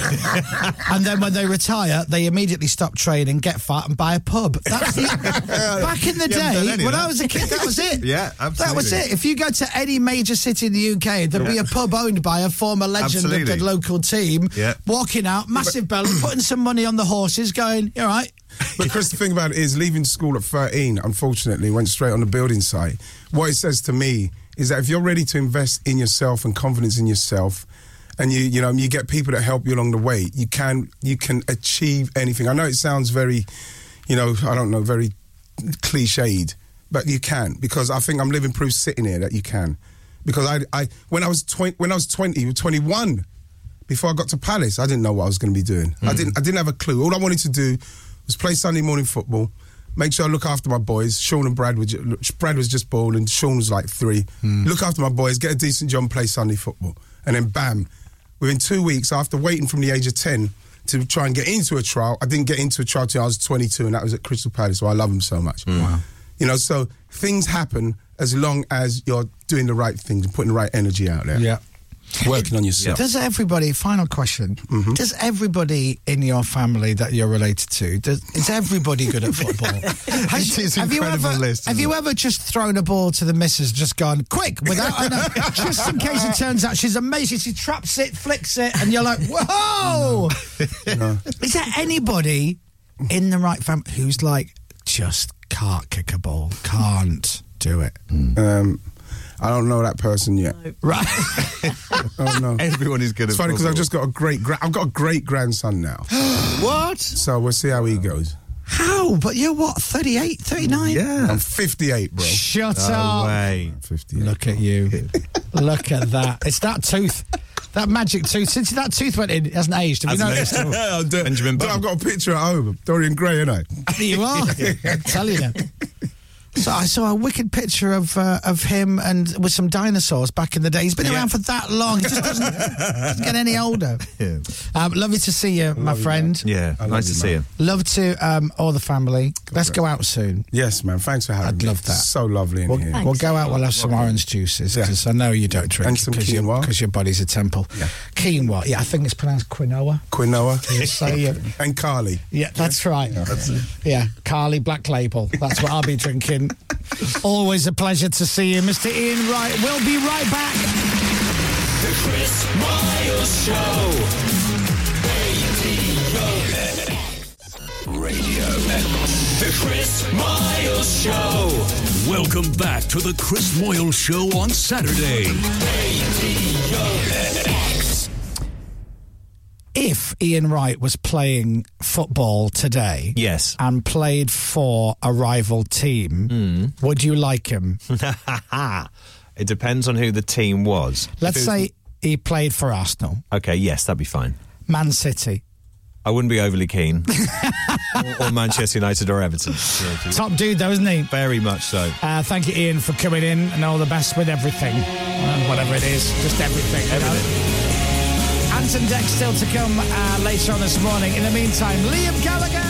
C: and then when they retire, they immediately stop training, get fat, and buy a pub. That's the, back in the
I: You haven't done any
C: day
I: of
C: when
I: that.
C: I was a kid, that was it.
I: Yeah,
C: That was
I: absolutely.
C: it. If you go to any major city in the UK, there'd be
I: Yeah.
C: a pub owned by a former legend of the
I: Absolutely.
C: local team.
I: Yeah.
C: Walking out, massive belly, putting some money on the horses, going, "You all right."
T: But Chris, the thing about it is, leaving school at 13, unfortunately, went straight on the building site. What it says to me is that if you're ready to invest in yourself and confidence in yourself, and you you know you get people that help you along the way, you can you can achieve anything. I know it sounds very, you know, I don't know, very cliched, but you can because I think I'm living proof sitting here that you can. Because I, I when I was 20, when I was 20, 21, before I got to Palace, I didn't know what I was going to be doing. I didn't. I didn't have a clue. All I wanted to do was play Sunday morning football, make sure I look after my boys. Sean and Brad were. ju- Brad was just born, and Sean was like three. Look after my boys, get a decent job, and play Sunday football, and then bam, within two weeks after waiting from the age of ten to try and get into a trial, I didn't get into a trial till I was 22, and that was at Crystal Palace. Why I love them so much. Wow. You know, so things happen as long as you're doing the right things and putting the right energy out there.
C: Yeah.
T: Working on yourself.
C: Does everybody? Final question.
I: Mm-hmm.
C: Does everybody in your family that you're related to? Does, is everybody good at football? Has-
I: It is
C: you
I: incredible
C: ever,
I: list,
C: Have
I: isn't
C: you ever just thrown a ball to the missus, and just gone quick without? I know, just in case it turns out she's amazing, she traps it, flicks it, and you're like, whoa! Is there anybody in the right family who's like just can't kick a ball, can't do it?
T: Um, I don't know that person yet.
C: Right.
T: oh no.
D: Everyone is good
T: It's
D: at
T: funny because I've
D: football.
T: just got a great. Gra- I've got a great grandson now.
C: what?
T: So we'll see how he goes.
C: How? But you're what, 38, 39?
T: I'm 58, bro.
C: Shut up. Look at you. Look at that. It's that tooth. That magic tooth. Since that tooth went in, it hasn't aged. Have you noticed?
T: I'll do it. But I've got a picture at home. Dorian Gray, ain't I?
C: There you are. I'm telling you. So I saw a wicked picture of uh, of him and with some dinosaurs back in the day. He's been
I: Yeah.
C: around for that long. He just doesn't, doesn't get any older. Um, lovely to see you, my friend.
D: Yeah, nice to see you.
C: Love to um, all the family. Let's go out soon.
T: Yes, man. Thanks for having me.
C: I'd love that.
T: So lovely in
C: We'll,
T: here.
C: we'll go out. We'll have some orange juices because I know you don't drink.
T: And some
C: cause you-
T: quinoa.
C: 'cause your body's a temple. Quinoa. Yeah, I think it's pronounced quinoa.
T: Quinoa.
C: Yes, so you-
T: and Carly.
C: Yeah, that's right. Yeah, Carly Black Label. That's what I'll be drinking. Always a pleasure to see you, Mr. Ian Wright. We'll be right back.
I: The Chris Miles Show. Radio. Radio. The Chris Miles Show. Welcome back to the Chris Moyle Show on Saturday.
C: If Ian Wright was playing football today,
D: Yes.
C: and played for a rival team, would you like him?
D: it depends on who the team was.
C: Let's
D: If it was-
C: say he played for Arsenal,
D: Okay, yes, that'd be fine.
C: Man City,
D: I wouldn't be overly keen. or, or Manchester United or Everton.
C: top dude though, isn't he?
D: Very much so.
C: Uh, thank you, Ian, for coming in, and all the best with everything, Uh, whatever it is, just everything. you know? Anton Deck still to come uh, later on this morning. In the meantime, Liam Gallagher.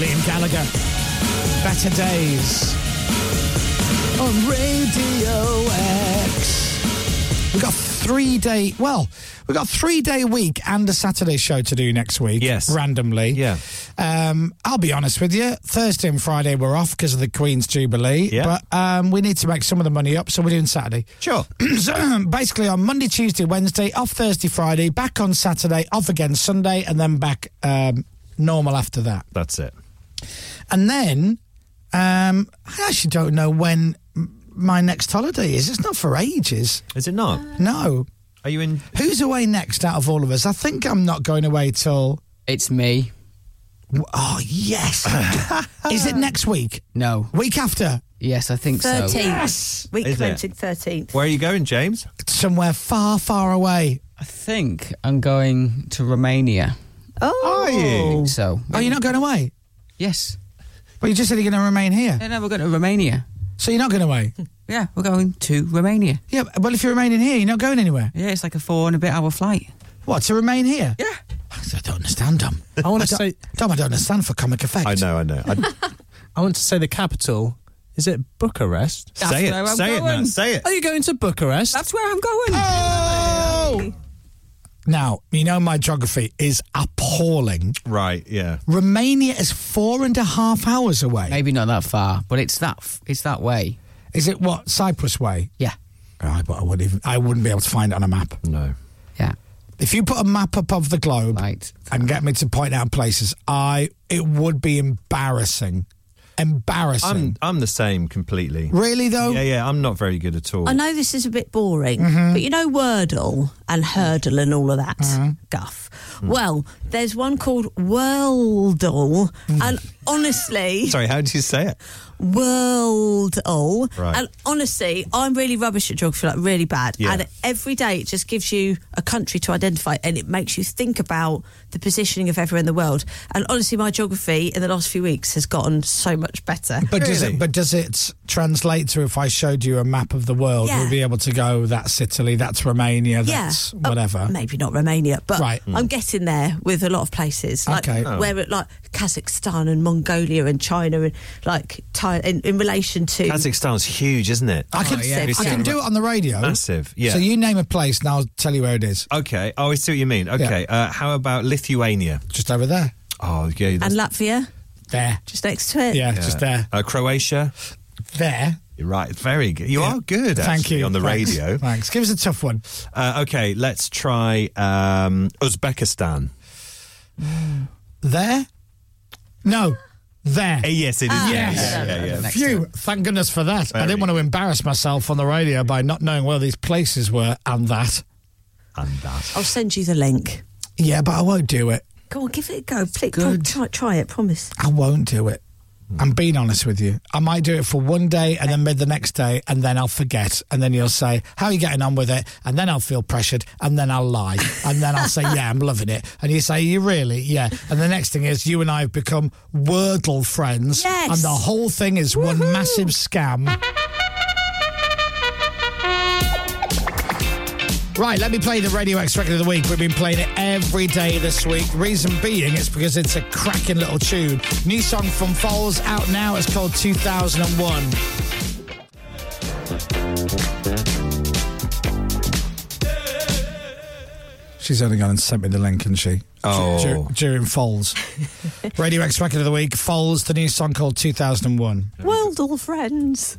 C: Liam Gallagher. Better days on Radio X. We've got three day, well, we've got three day week and a Saturday show to do next week. Yes. Randomly. Yeah. Um, I'll be honest with you. Thursday and Friday we're off because of the Queen's Jubilee.
I: Yeah.
C: But um, we need to make some of the money up, so we're doing Saturday.
D: Sure.
C: so basically on Monday, Tuesday, Wednesday, off Thursday, Friday, back on Saturday, off again Sunday, and then back um, normal after that.
D: That's it.
C: And then um, I actually don't know when m- my next holiday is. It's not for ages. Uh,
D: Is it not?
C: No.
D: Are you in?
C: Who's away next out of all of us? I think I'm not going away till.
F: It's me.
C: Oh, yes. is it next week?
F: No.
C: Week after?
F: Yes, I think so.
B: 13th. Week
F: Is it?
B: commencing 13th.
D: Where are you going, James?
C: Somewhere far, far away.
F: I think I'm going to Romania.
B: Oh.
F: Are you? so.
C: Oh, you're not going away?
F: Yes.
C: But you just said you're going to remain here.
F: No, no, we're going to Romania.
C: So you're not going away?
F: Yeah, we're going to Romania.
C: Yeah, well, if you're remaining here, you're not going anywhere.
F: Yeah, it's like a four and a bit hour flight.
C: What, to remain here?
F: Yeah.
C: I don't understand, Dom. I want to say, Dom, I don't understand for comic effect.
D: I know, I know. I,
E: I want to say the capital. Is it Bucharest?
D: That's Say it, where I'm say it now, going. say it.
E: Are you going to Bucharest?
Q: That's where I'm going.
C: Oh! Now, you know my geography is appalling.
D: Right, yeah.
C: Romania is four and a half hours away.
F: Maybe not that far, but it's that f- it's that way.
C: Is it what Cyprus way?
F: Yeah.
C: Oh, but I wouldn't even. I wouldn't be able to find it on a map.
D: No.
F: Yeah.
C: If you put a map up of the globe and get me to point out places, I it would be embarrassing. Embarrassing.
D: I'm I'm the same completely.
C: Really though?
D: Yeah, yeah. I'm not very good at all.
B: I know this is a bit boring,
C: Mm-hmm.
D: Mhm.
B: but you know Wordle and Hurdle and all of that guff. Well, there's one called Worldle,
C: Mm.
B: and honestly,
D: Sorry, how did you say it?
B: Worldle,
D: Right.
B: and honestly, I'm really rubbish at geography, like really bad.
D: Yeah.
B: And every day, it just gives you a country to identify, and it makes you think about the positioning of everywhere in the world. And honestly, my geography in the last few weeks has gotten so much better.
C: But does it? But does it translate to if I showed you a map of the world,
B: Yeah.
C: you'll be able to go? That's Italy. That's Romania.
B: Yeah.
C: That's
B: Oh,
C: whatever.
B: maybe not Romania, but
C: right.
B: I'm getting there with a lot of places, like
C: Okay. Oh.
B: where it, like Kazakhstan and Mongolia and China and like Thai, in, in relation to
D: Kazakhstan's huge, isn't it?
C: I
B: Oh,
C: can, I can do it on the radio.
D: Massive, yeah.
C: So you name a place, and I'll tell you where it is.
D: Okay. Oh, I see what you mean. Okay. Uh, how about Lithuania?
C: Just over there.
D: Oh, yeah.
B: and
D: that's-
B: Latvia,
C: there,
B: just next to it.
D: yeah. Uh, Croatia.
C: There.
D: You're right. Very good. You are good.
C: Thank
D: actually,
C: you.
D: On the
C: Thanks.
D: radio.
C: Thanks. Give us a tough one.
D: Uh, okay. Let's try um, Uzbekistan.
C: There. No. There.
D: Eh, yes, it is.
C: Ah,
D: there.
C: yes.
D: Yeah, yeah, yeah.
C: Phew, thank goodness for that. I didn't want to embarrass myself on the radio by not knowing where these places were and that.
D: And that.
B: I'll send you the link.
C: Yeah, but I won't do it.
B: Go on, give it a go. Please, pro- try, try it. Promise.
C: I won't do it. I'm being honest with you. I might do it for one day and then mid the next day and then I'll forget. And then you'll say, How are you getting on with it? And then I'll feel pressured and then I'll lie. And then I'll say, Yeah, I'm loving it. And you say, you really? Yeah. And the next thing is, you and I have become Wordle friends.
I: Yes.
C: And the whole thing is one massive scam. Right, let me play the Radio X record of the week. We've been playing it every day this week. Reason being, it's because it's a cracking little tune. New song from Foles out now. It's called 2001. She's only gone and sent me the link, and she?
D: Oh.
C: Dur- during Foles. Radio X record of the week, Foles, the new song called 2001.
B: World all friends.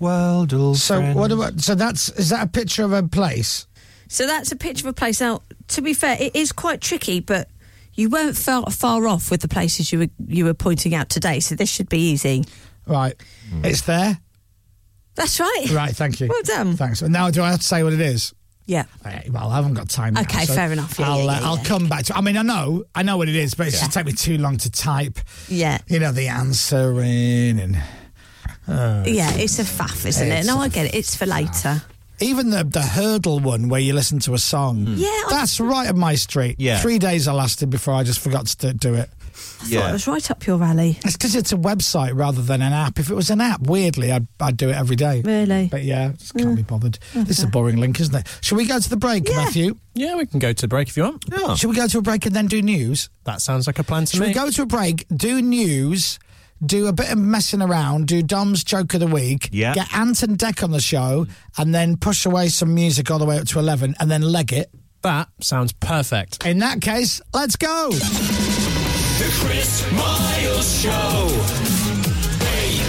D: World all
C: So what about? So that's is that a picture of a place?
B: So that's a picture of a place. Now, to be fair, it is quite tricky, but you weren't far, far off with the places you were you were pointing out today. So this should be easy.
C: Right, it's there.
B: That's right.
C: Right, thank you.
B: Well done.
C: Thanks. Now, do I have to say what it is?
B: Yeah.
C: Eh, Well, I haven't got time. now,
B: Okay,
C: so
B: fair enough. Yeah,
C: I'll,
B: yeah,
C: uh,
B: yeah,
C: I'll
B: yeah.
C: come back to. I mean, I know, I know what it is, but it's just take me too long to type.
B: Yeah.
C: You know the answering and. uh,
B: Yeah, it's a faff, isn't it?
C: It's
B: No,
C: a
B: I get it. It's for later.
C: Even the the hurdle one where you listen to a song.
B: Yeah, I-
C: that's right up my street.
D: Yeah.
C: Three days I lasted before I just forgot to do it.
B: I thought it was right up your alley.
C: It's because it's a website rather than an app. If it was an app, weirdly, I'd, I'd do it every day.
B: Really?
C: But yeah, just can't be bothered. This is a boring link, isn't it? Shall we go to the break, Matthew?
E: Yeah, we can go to break if you want.
D: Oh.
C: Yeah. Shall we go to a break and then do news?
E: That sounds like a plan to
C: Shall we
E: me.
C: go to a break, do news, do a bit of messing around, do Dom's joke of the week,
D: Yeah.
C: get Anton Deck on the show, and then push away some music all the way up to 11 and then leg it?
E: That sounds perfect.
C: In that case, let's go.
I: The Chris Miles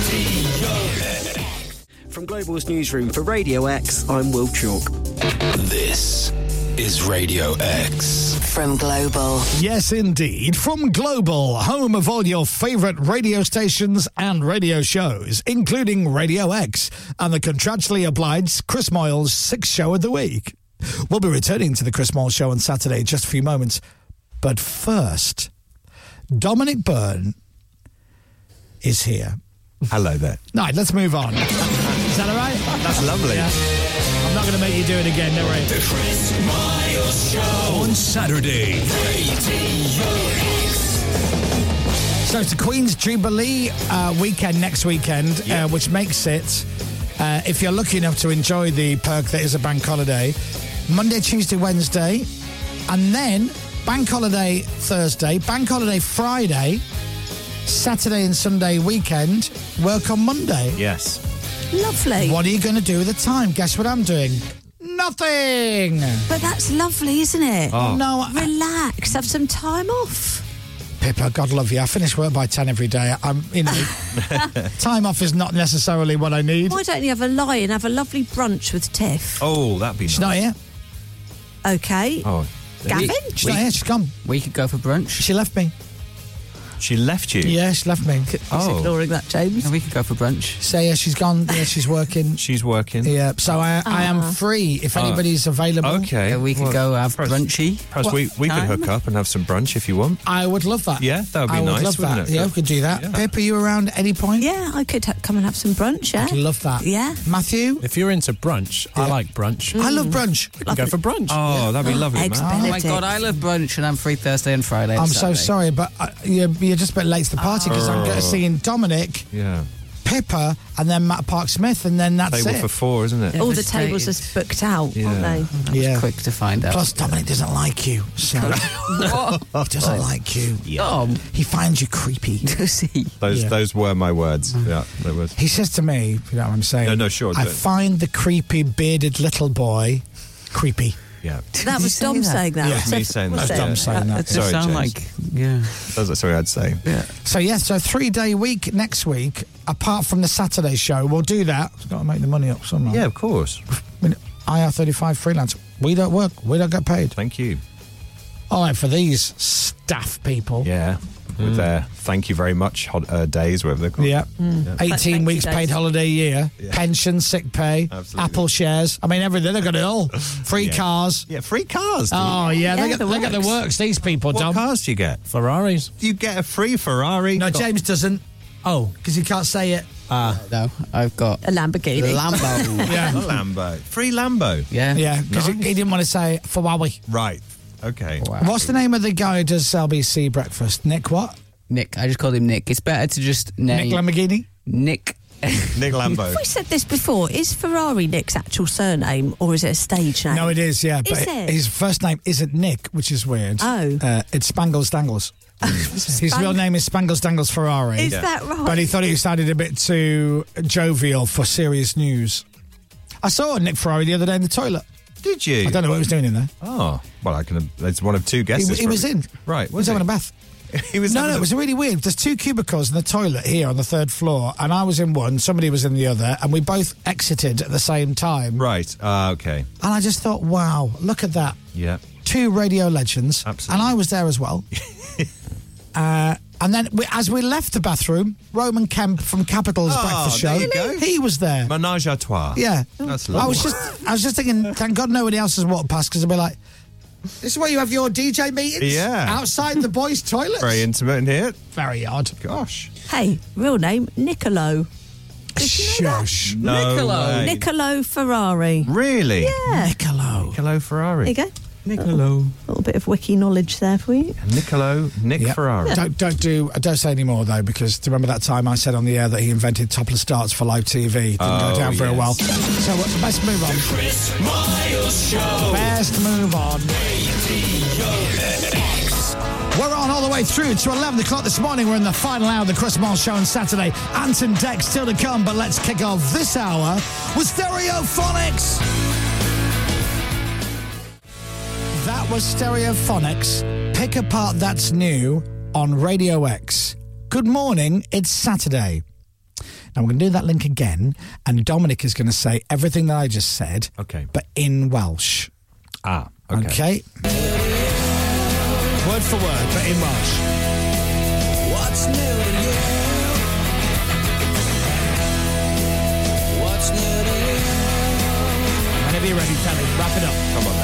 I: Show. Radio.
M: From Global's newsroom for Radio X, I'm Will Chalk.
I: This is Radio X.
O: From Global.
C: Yes, indeed. From Global, home of all your favourite radio stations and radio shows, including Radio X and the contractually obliged Chris Moyle's sixth show of the week. We'll be returning to the Chris Moyle show on Saturday in just a few moments. But first, Dominic Byrne is here.
D: Hello there.
C: Right, let's move on. Is that all right?
D: That's lovely.
C: I'm not going to make you do it again, don't worry.
I: The Chris Miles Show. On Saturday. Radio X.
C: So it's the Queen's Jubilee uh, weekend next weekend, uh, which makes it, uh, if you're lucky enough to enjoy the perk that is a bank holiday, Monday, Tuesday, Wednesday, and then Bank holiday Thursday, bank holiday Friday, Saturday and Sunday weekend, work on Monday.
D: Yes.
B: Lovely.
C: What are you going to do with the time? Guess what I'm doing? Nothing.
B: But that's lovely, isn't it?
C: Oh. No,
B: relax. Have some time off.
C: Pippa, God love you. I finish work by 10 every day. I'm, you know, time off is not necessarily what I need.
B: Why don't you have a lie and have a lovely brunch with Tiff?
D: Oh, that'd be
C: She's not here.
B: Okay.
D: Oh.
B: Gavin?
C: She's not here. She's gone.
F: We could go for brunch.
C: She left me.
D: She left you?
C: Yeah, she left me.
D: Oh.
B: ignoring that, James.
F: we could go for brunch.
C: So, yeah, she's gone. Yeah, she's working.
D: She's working.
C: Yeah, so I, I am free
E: Uh,
C: if
D: Ah.
C: anybody's available.
D: Okay.
F: we could go have brunchy.
D: Perhaps
C: What
D: we, we could
C: time?
D: hook up and have some brunch if you want.
C: I would love that.
D: Yeah, that would be
C: I
D: nice,
C: would love
D: wouldn't
C: that.
D: it?
C: Yeah, we could do that. Pip, are you around at any point?
B: Yeah, I could ha- come and have some brunch, yeah?
C: I'd love that.
B: Yeah. Mm.
C: Matthew?
E: If you're into brunch, I like brunch.
C: I love brunch.
E: We can go for brunch.
D: Oh, that'd be lovely,
F: Oh my god, I love brunch and I'm free Thursday and Friday. and
C: Mm. I'm so
F: Saturday.
C: sorry, but uh, you're, you're just a bit late to the party because I'm going
D: Oh.
C: to seeing Dominic,
D: Yeah.
C: Pippa, and then Matt Park Smith, and then that's
D: Table
C: it.
D: for four, isn't it?
B: All the tables are booked out,
D: Yeah.
B: aren't they?
C: yeah.
F: Quick to find out.
C: Plus, Dominic doesn't like you. So he doesn't like you. He finds you creepy.
F: Does he?
D: Those
C: Yeah. Mm.
D: those were my words. Yeah, they were.
C: He says to me, you know what I'm saying?
D: No, no, sure,
C: I
D: don't.
C: find the creepy bearded little boy creepy.
D: Yeah.
B: That was Dom saying that.
D: That was uh, me saying that.
B: Was
C: That's
D: yeah.
C: dumb saying that.
F: Does it
D: Sorry,
F: sound
D: James.
F: like yeah.
D: That's what sorry I'd say.
F: Yeah.
C: So yeah, so three day week next week. Apart from the Saturday show, we'll do that. We've got to make the money up somehow.
D: Yeah, of course.
C: I mean, IR thirty five freelance. We don't work. We don't get paid.
D: Thank you.
C: All right, for these staff people.
D: Yeah.
E: Mm.
D: With their thank you very much hot, uh, days, whatever they're called.
C: Yeah.
B: Thank
C: Eighteen
B: you,
C: weeks
B: Dave.
C: paid holiday a year, pension, sick pay,
D: Absolutely.
C: Apple shares. I mean, everything. They've got it all. Free
D: Yeah.
C: cars.
D: Yeah, free cars. dude.
C: Oh
B: Yeah,
C: yeah, they, got,
B: the
C: they got the
B: works.
C: works. These people,
D: what
C: Dom.
D: cars do you get?
E: Ferraris.
D: You get a free Ferrari.
C: No, James doesn't
E: Oh,
C: because he can't say it.
F: No, I've got
B: A Lamborghini.
F: Lambo.
D: Yeah. A Lambo. Free Lambo.
F: yeah.
C: Yeah, because he,
D: Nice.
C: he didn't want to say Ferrari.
D: Right. Okay.
C: What's the name of the guy who does LBC breakfast? Nick what?
F: Nick. I just called him Nick. It's better to just name
C: Nick Lamborghini?
F: Nick.
D: Nick Lambo.
B: We said this before. Is Ferrari Nick's actual surname or is it a stage name?
C: No, it is, yeah.
B: Is it?
C: his first name isn't Nick, which is weird.
B: Oh.
C: Uh, it's Spangles Dangles. his real name is Spangles Dangles Ferrari.
B: Is that right?
C: But he thought it sounded a bit too jovial for serious news. I saw Nick Ferrari the other day in the toilet.
D: Did you?
C: I don't know what he was doing in there.
D: Oh, well, I can. It's one of two
C: He,
D: guesses.
C: he was
D: probably.
C: in.
D: Right.
C: He
D: Was
C: was
D: he?
C: having a bath.
D: he was.
C: No,
D: having
C: no,
D: a-
C: it was really weird. There's two cubicles in the toilet here on the third floor, and I was in one, somebody was in the other, and we both exited at the same time.
D: Right. Ah, okay.
C: And I just thought, wow, look at that.
D: Yeah.
C: Two radio legends.
D: Absolutely.
C: And I was there as well. uh, and then we, as we left the bathroom, Roman Kemp from Capital's
D: Oh,
C: breakfast show,
D: there you go.
C: he was there.
D: Menage a trois.
C: yeah.
D: That's lovely.
C: I was just I was just thinking, thank God nobody else has walked past because I'd be like, this is where you have your DJ meetings?
D: Yeah.
C: Outside the boys' toilets?
D: very intimate in here.
C: Very odd.
D: Gosh.
B: Hey, real name Niccolo.
C: Shush.
D: No
F: Niccolo.
D: way.
B: Niccolo Ferrari.
D: Really?
B: Yeah.
C: Niccolo.
D: Niccolo
B: There you
D: Ferrari.
B: go.
D: Niccolo.
B: A little bit of wiki knowledge there for you.
D: Niccolo. Nick
C: Yep.
D: Ferrari.
C: Don't don't do uh, don't say any more though because do you remember that time I said on the air that he invented topless starts for live TV? Didn't
D: Oh,
C: go down very
D: yes.
C: well. So uh, best move on.
I: Chris Miles Show.
C: Best move on. We're on all the way through to 11 o'clock this morning. We're in the final hour of the Chris Miles Show on Saturday. Anton Deck still to come, but let's kick off this hour with Stereophonics. That was Stereophonics. Pick apart that's new on Radio X. Good morning, it's Saturday. Now we're going to do that link again, and Dominic is going to say everything that I just said,
D: Okay.
C: but in Welsh.
D: Ah. Okay.
C: Okay. Word for word, but in Welsh.
I: What's new to you? What's new to you?
C: Whenever you're ready, tell me. Wrap it up.
D: Come on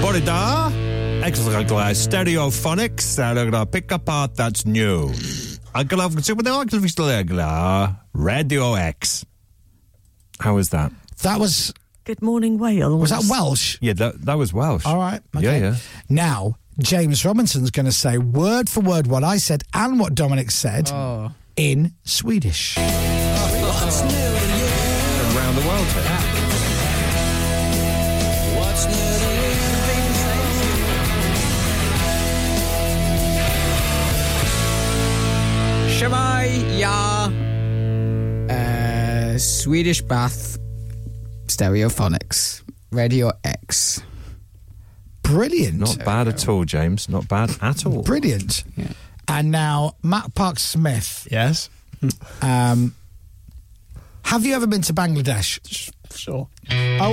D: then. Bore da. Extra glass stereophonics. I'm going to pick apart that's new. I love Radio X. How was that?
C: That was
B: Good morning, Wales.
C: was that Welsh?
D: Yeah, that, that was Welsh.
C: All right. Okay.
D: Yeah, yeah.
C: Now James Robinson's going to say word for word what I said and what Dominic said
E: Oh.
C: in Swedish.
I: What's new to you?
D: Around the world.
I: What's new to you?
Q: Shemaya.
F: Uh, Swedish Bath Stereophonics. Radio X.
C: Brilliant.
D: Not bad at all, James. Not bad at all.
C: Brilliant. And now, Matt Park Smith.
E: Yes.
C: Um, have you ever been to Bangladesh?
E: Sure.
C: Oh, so I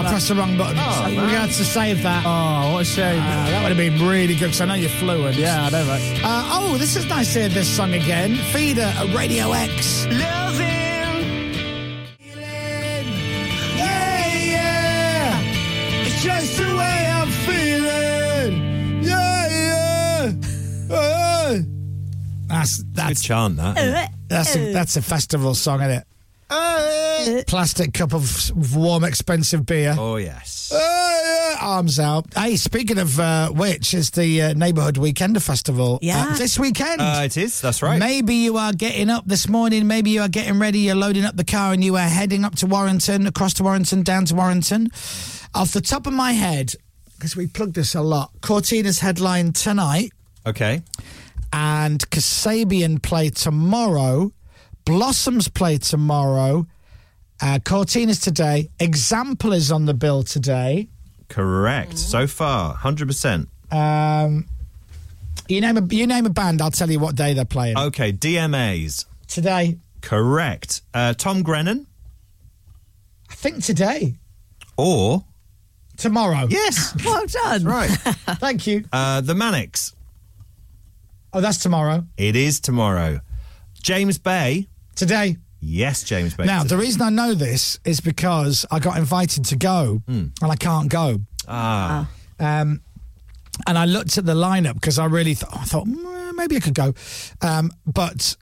E: you're
C: pressed the wrong button.
E: Oh,
C: so we
E: man.
C: had to save that. Uh,
E: Oh, what a shame.
C: that would have been really good because I know you're fluent.
E: Yeah, I know, right?
C: Uh, oh, this is nice to hear this song again. Feeder at Radio X. Yeah, yeah. It's just the way I'm feeling. Yeah, yeah. Uh. That's that's
D: good chant. That
C: That's a, that's a festival song, isn't it? Plastic cup of s- warm, expensive beer. Uh,
D: Oh yes.
C: arms out. Hey, speaking of uh, which, is the uh, neighborhood weekender festival uh,
D: Yeah.
C: this weekend.
D: uh, it is. That's right.
C: Maybe you are getting up this morning. Maybe you are getting ready. You're loading up the car and you are heading up to Warrington, across to Warrington, down to Warrington. Off the top of my head, because we plugged this a lot, Cortina's headline tonight
D: Okay.
C: and Kasabian play tomorrow. Blossoms play tomorrow. Uh, Cortina's today. Example is on the bill today.
D: Correct. So far, hundred percent.
C: Um, you name a you name a band, I'll tell you what day they're playing
D: Okay. DMAs.
C: today.
D: Correct. Uh, Tom Grennan
C: I think today,
D: or
C: tomorrow.
D: Yes.
B: well done.
D: Right.
C: Thank you.
D: uh, the Manics.
C: Oh, that's tomorrow.
D: It is tomorrow. James Bay.
C: Today.
D: Yes, James Bay.
C: Now,
D: today.
C: the reason I know this is because I got invited to go and I can't go.
D: Ah.
C: Um, and I looked at the lineup because I really th- I thought "Mm, maybe I could go. Um, but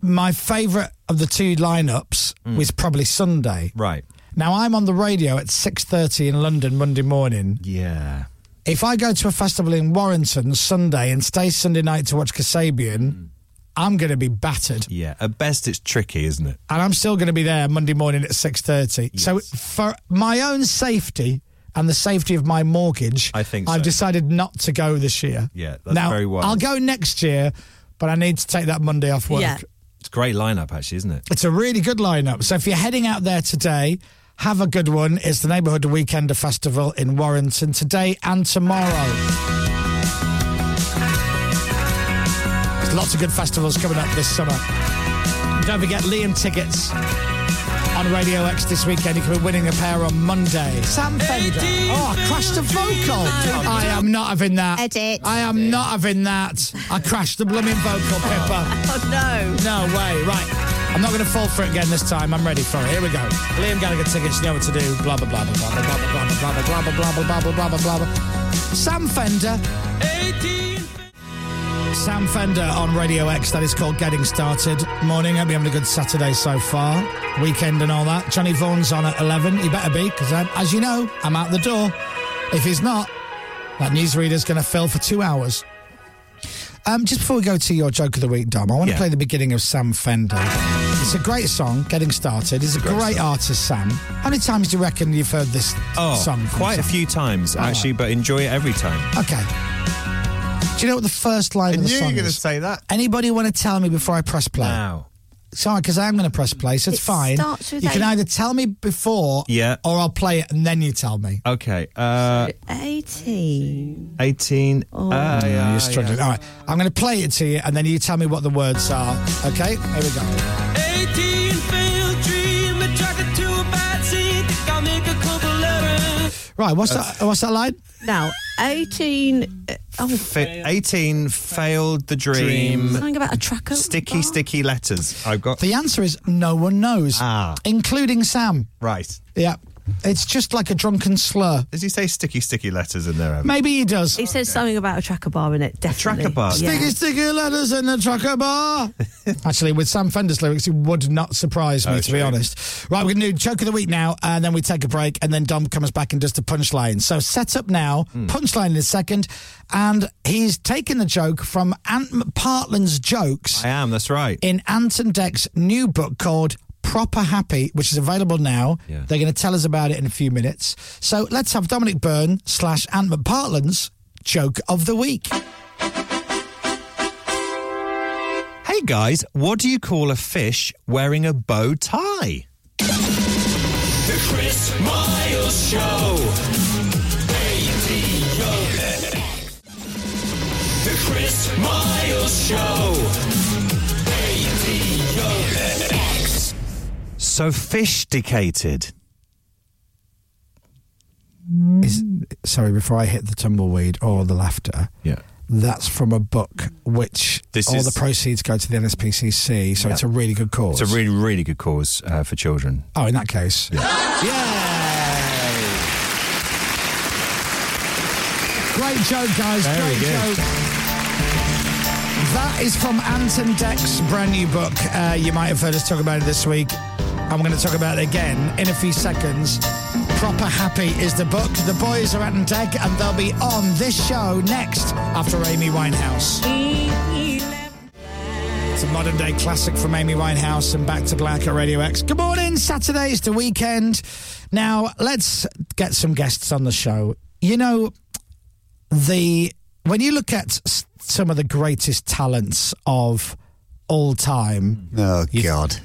C: my favourite of the two lineups was probably Sunday.
D: Right.
C: Now I'm on the radio at 6:30 in London Monday morning.
D: Yeah.
C: If I go to a festival in Warrington Sunday and stay Sunday night to watch Kasabian,
D: Hmm.
C: I'm going to be battered.
D: Yeah. At best, it's tricky, isn't it?
C: and I'm still going to be there Monday morning at 6:30. So for my own safety and the safety of my mortgage,
D: I think
C: I've
D: so.
C: decided not to go this year.
D: Yeah, that's
C: now,
D: very wise.
C: I'll go next year, but I need to take that Monday off work.
D: Yeah. It's a great lineup, actually, isn't it?
C: It's a really good lineup. So if you're heading out there today, have a good one. It's the Neighbourhood Weekender Festival in Warrington today and tomorrow. There's lots of good festivals coming up this summer. Don't forget Liam tickets on Radio X this weekend. You can be winning a pair on Monday. Sam Fender. Oh, I crashed a vocal. I am not having that. Edit. I am not having that. I crashed the blooming vocal, Pippa.
B: Oh, no.
C: No way. Right. I'm not going to fall for it again this time. I'm ready for it. Here we go. Liam Gallagher tickets. You know what to do. Blah blah blah blah blah blah blah blah blah blah blah blah blah blah blah blah blah blah. Sam Fender. 18. Sam Fender on Radio X. That is called Getting Started. Morning. Hope you're having a good Saturday so far. Weekend and all that. Johnny Vaughan's on at 11. He better be because, as you know, I'm out the door. If he's not, that newsreader's going to fill for two hours. Um, just before we go to your joke of the week, Dom, I want to play the beginning of Sam Fender. It's a great song, getting started. He's a great, artist, Sam. How many times do you reckon you've heard this
D: Oh,
C: song? from
D: quite a
C: Sam?
D: few times,
C: right.
D: actually, but enjoy it every time.
C: Okay. Do you know what the first line
D: I
C: of the
D: knew you
C: song
D: were gonna
C: is?
D: say that.
C: Anybody want to tell me before I press play?
D: Now.
C: Sorry, because I am going to press play, so it's
D: It
C: fine.
D: starts with
C: you can
D: A.
C: either tell me before,
D: Yeah.
C: or I'll play it and then you tell me.
D: Okay. Uh,
B: 18.
D: 18. Ah,
C: No,
D: yeah,
C: you're struggling.
D: yeah.
C: All right, I'm going to play it to you, and then you tell me what the words are. Okay, here we go.
I: 18 failed dream, a jacket to a bad seat. Think I'll make a couple errands.
C: Right, what's that? What's that line?
B: Now, 18. uh, Oh,
D: Fa- 18 failed the dream.
B: Something about a tracker.
D: Sticky, sticky letters. I've got.
C: The answer is no one knows,
D: Ah.
C: including Sam.
D: Right.
C: Yeah, it's just like a drunken slur.
D: Does he say sticky, sticky letters in there? Em?
C: Maybe he does.
B: He says something about a tracker bar in it, definitely.
D: tracker bar.
C: Sticky, sticky letters in the trucker bar. Actually, with Sam Fender's lyrics, it would not surprise me,
D: Oh,
C: to be
D: true.
C: honest. Right, we're going to do Joke of the Week now, and then we take a break, and then Dom comes back and does the punchline. So set up now,
D: Hmm.
C: punchline in a second, and he's taken the joke from Ant Partland's jokes
D: I am, that's right.
C: in Anton Deck's new book called Proper Happy, which is available now.
D: Yeah.
C: They're going to tell us about it in a few minutes. So let's have Dominic Byrne slash Ant Partland's joke of the week. Hey
D: guys, what do you call a fish wearing a bow tie?
I: The Chris Miles Show. Radio. The Chris Miles Show. Radio.
D: Sophisticated.
C: Is, sorry, before I hit the tumbleweed or the laughter,
D: Yeah.
C: that's from a book which
D: This
C: all
D: is-
C: the proceeds go to the NSPCC, so
D: Yeah.
C: it's a really good cause.
D: It's a really, really good cause uh, for children.
C: oh, in that case. Great joke, guys.
D: Very
C: Great
D: good.
C: joke. That is from Anton Deck's brand new book. Uh, you might have heard us talk about it this week. I'm going to talk about it again in a few seconds. Proper Happy is the book. The boys are Anton Deck, and they'll be on this show next after Amy Winehouse. It's a modern day classic from Amy Winehouse and Back to Black at Radio X. Good morning, Saturday's the weekend. Now, let's get some guests on the show. You know, the when you look at s- some of the greatest talents of all time.
U: Oh God.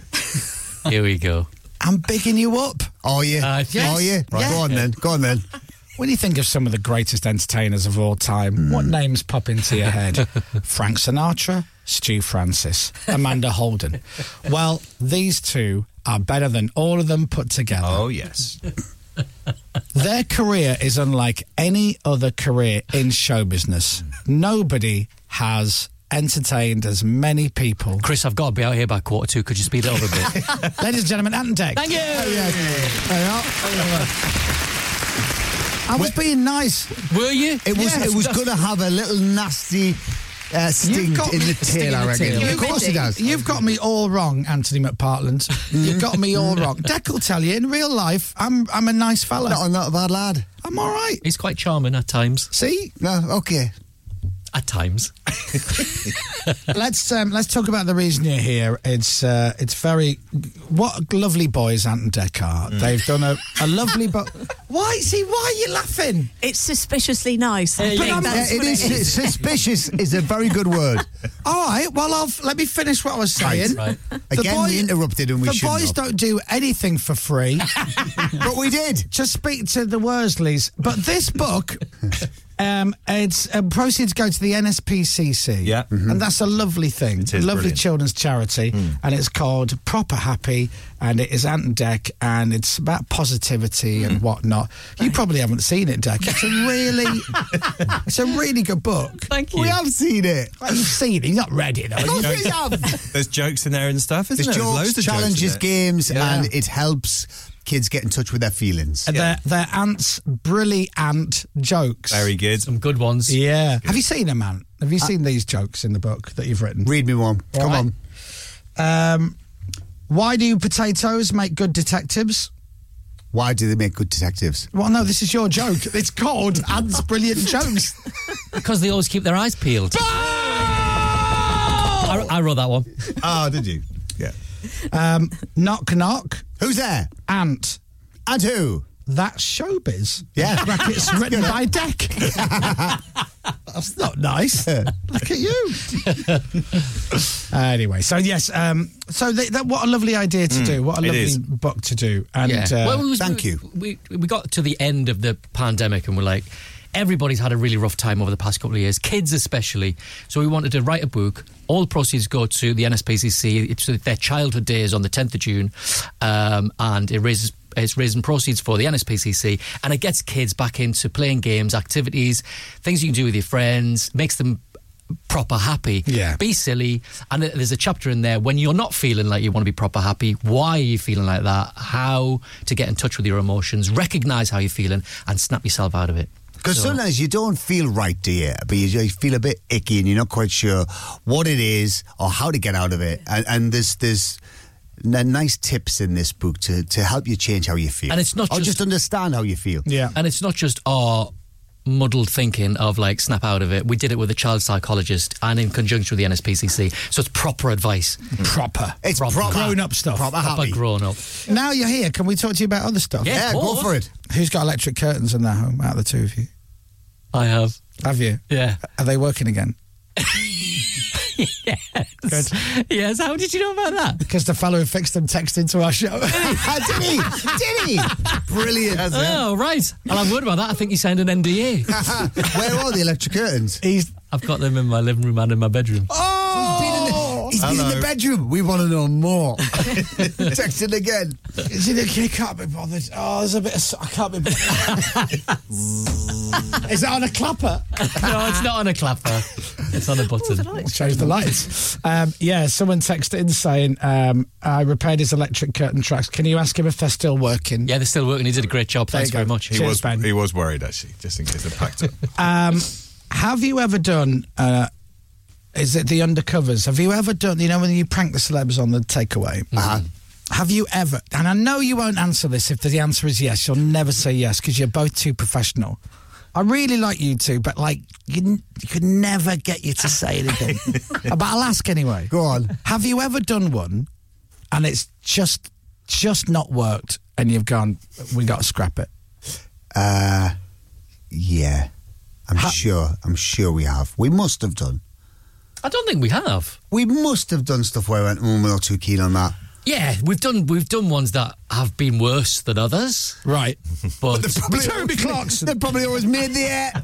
V: Here we go.
C: I'm bigging you up.
U: Are you?
C: Uh,
U: Are you? Right, go on then.
C: Go on then. When you think of some of the greatest entertainers of all time, what names pop into your head? Frank Sinatra, Stu Francis, Amanda Holden. Well, these two are better than all of them put together.
D: Oh, yes.
C: Their career is unlike any other career in show business. Nobody has entertained as many people.
V: Chris, I've got to be out here by quarter two. Could you speed it up a bit?
C: Ladies and gentlemen, Ant and Deck.
V: Thank you.
C: Oh, yes. There you are. I was being nice.
V: Were you?
U: It was.
C: Yes.
U: it was going to have a little nasty uh, sting
C: got
U: in
C: me-
U: the
C: sting in
U: tail. I
C: the
U: reckon.
C: tail.
U: Of course it does.
C: You've got me all wrong, Anthony McPartland. You've got me all wrong. Deck will tell you in real life, I'm I'm a nice fella.
U: Not, not a bad lad.
C: I'm all right.
V: He's quite charming at times.
C: See?
U: No. Okay.
V: At times.
C: let's um, let's talk about the reason you're here. It's uh, it's very what lovely boys Ant and Deck are.
U: Mm.
C: They've done a, a lovely book. Why? See, why are you laughing?
B: It's suspiciously nice. I think
U: But I'm-
B: that's
U: it
B: what
U: is, suspicious is a very good word.
C: All right. Well, I've, let me finish what I was saying.
U: Right, right.
C: The
U: Again, we interrupted and we
C: the
U: shouldn't
C: boys
U: have.
C: don't do anything for free, but we did. Just speak to the Worsleys. But this book, um, it's uh, proceeds go to the NSPCC.
D: Yeah. Mhm.
U: Mm-hmm.
C: and that's a lovely thing.
D: It is
C: lovely
D: brilliant.
C: children's charity,
U: Hmm.
C: and it's called Proper Happy, and it is Ant and Deck, and it's about positivity
U: Hmm.
C: and whatnot. You probably haven't seen it, Deck. It's a really, it's a really good book. Thank
U: you. We have seen it.
C: Well, you've seen it. You've not read it, though.
U: Of course
C: You know-
U: we have.
D: There's jokes in there and stuff, isn't
U: There's
D: there?
U: jokes,
D: loads of
U: challenges,
D: jokes in there.
U: games,
D: Yeah.
U: and it helps kids get in touch with their feelings.
C: And They're, they're ants, brilliant jokes.
D: Very good.
V: Some good ones.
C: Yeah. Have you seen them, Ant? Have you seen these jokes in the book that you've written?
U: Uh, Read me one. Come on.
C: on. Um, why do potatoes make good detectives?
U: Why do they make good detectives?
C: Well, no, this is your joke. It's called Ant's Brilliant Jokes.
V: Because they always keep their eyes peeled. I, I wrote that one.
U: Oh, did you? Yeah.
C: Um, knock, knock.
U: Who's there?
C: Ant.
U: And who?
C: That's showbiz.
U: Yeah.
C: Brackets written by Deck. That's not nice. Look at you. Uh, anyway, so yes, um, so th- that, what a lovely idea to
V: Mm,
C: do. What a
V: it
C: lovely
V: is.
C: book to do. And
V: yeah.
C: uh,
V: Well, we was- we- We, we got to the end of the pandemic and we're like, everybody's had a really rough time over the past couple of years, kids especially. So we wanted to write a book. All the proceeds go to the NSPCC. It's their childhood days on the 10th of June, um, and it raises. It's raising proceeds for the NSPCC and it gets kids back into playing games, activities, things you can do with your friends, makes them proper happy.
C: Yeah.
V: Be silly. And th- there's a chapter in there when you're not feeling like you want to be proper happy. Why are you feeling like that? How to get in touch with your emotions, recognize how you're feeling, and snap yourself out of it.
U: Because
V: So-
U: sometimes you don't feel right, do you? But you, you feel a bit icky and you're not quite sure what it is or how to get out of it. And, and there's there's n- nice tips in this book to, to help you change how you feel.
V: And it's not
U: or
V: just-
U: just understand how you feel.
C: Yeah.
V: And it's not just our muddled thinking of like snap out of it. We did it with a child psychologist and in conjunction with the NSPCC. So it's proper advice.
C: Mm. Proper.
U: It's
V: proper.
C: grown-up stuff.
V: Proper,
C: happy.
V: grown up.
C: now you're here. Can we talk to you about other stuff?
V: Yeah, Yeah, of go course. for it.
C: Who's got electric curtains in their home out of the two of you?
V: I have.
C: Have you?
V: Yeah.
C: Are they working again? Good.
V: Yes, how did you know about that?
C: Because the fellow who fixed them texted into our show. did he? Did he? Brilliant.
V: Oh, right. I'll have word about that. I think you signed an NDA.
U: Where are the electric curtains?
C: He's.
V: I've got them in my living room and in my bedroom.
U: Oh! He's been in the, he's been in the bedroom. We want to know more. Text it again.
C: Is it okay? Can't be bothered. Oh, there's a bit of. s- I can't be bothered. Is that on a clapper?
V: no, it's not on a clapper. It's
U: Oh,
V: on a button.
C: Change the lights. Um, yeah, someone texted in saying, um, I repaired his electric curtain tracks. Can you ask him if they're still working?
V: Yeah, they're still working. He did a great job.
C: There
V: Thanks
C: you go.
V: very much.
C: Cheers, Ben.
R: He was worried actually, just in case I packed up.
C: Um, have you ever done? Uh, is it the undercovers? Have you ever done? You know when you prank the celebs on the takeaway. Uh-huh. Have you ever? And I know you won't answer this. If the answer is yes, you'll never say yes because you're both too professional. I really like you two, but like you, n- you could never get you to say anything. but I'll ask anyway. Go on. Have you ever done one, and it's just just not worked, and you've gone, we got to scrap it.
U: Uh, yeah. I'm sure. I'm sure we have. We must have done.
V: I don't think we have.
U: We must have done stuff where I went, mm, we're not too keen on that.
V: Yeah, we've done we've done ones that have been worse than others.
C: Right.
V: But,
U: Jeremy Clarkson. They probably always made the air.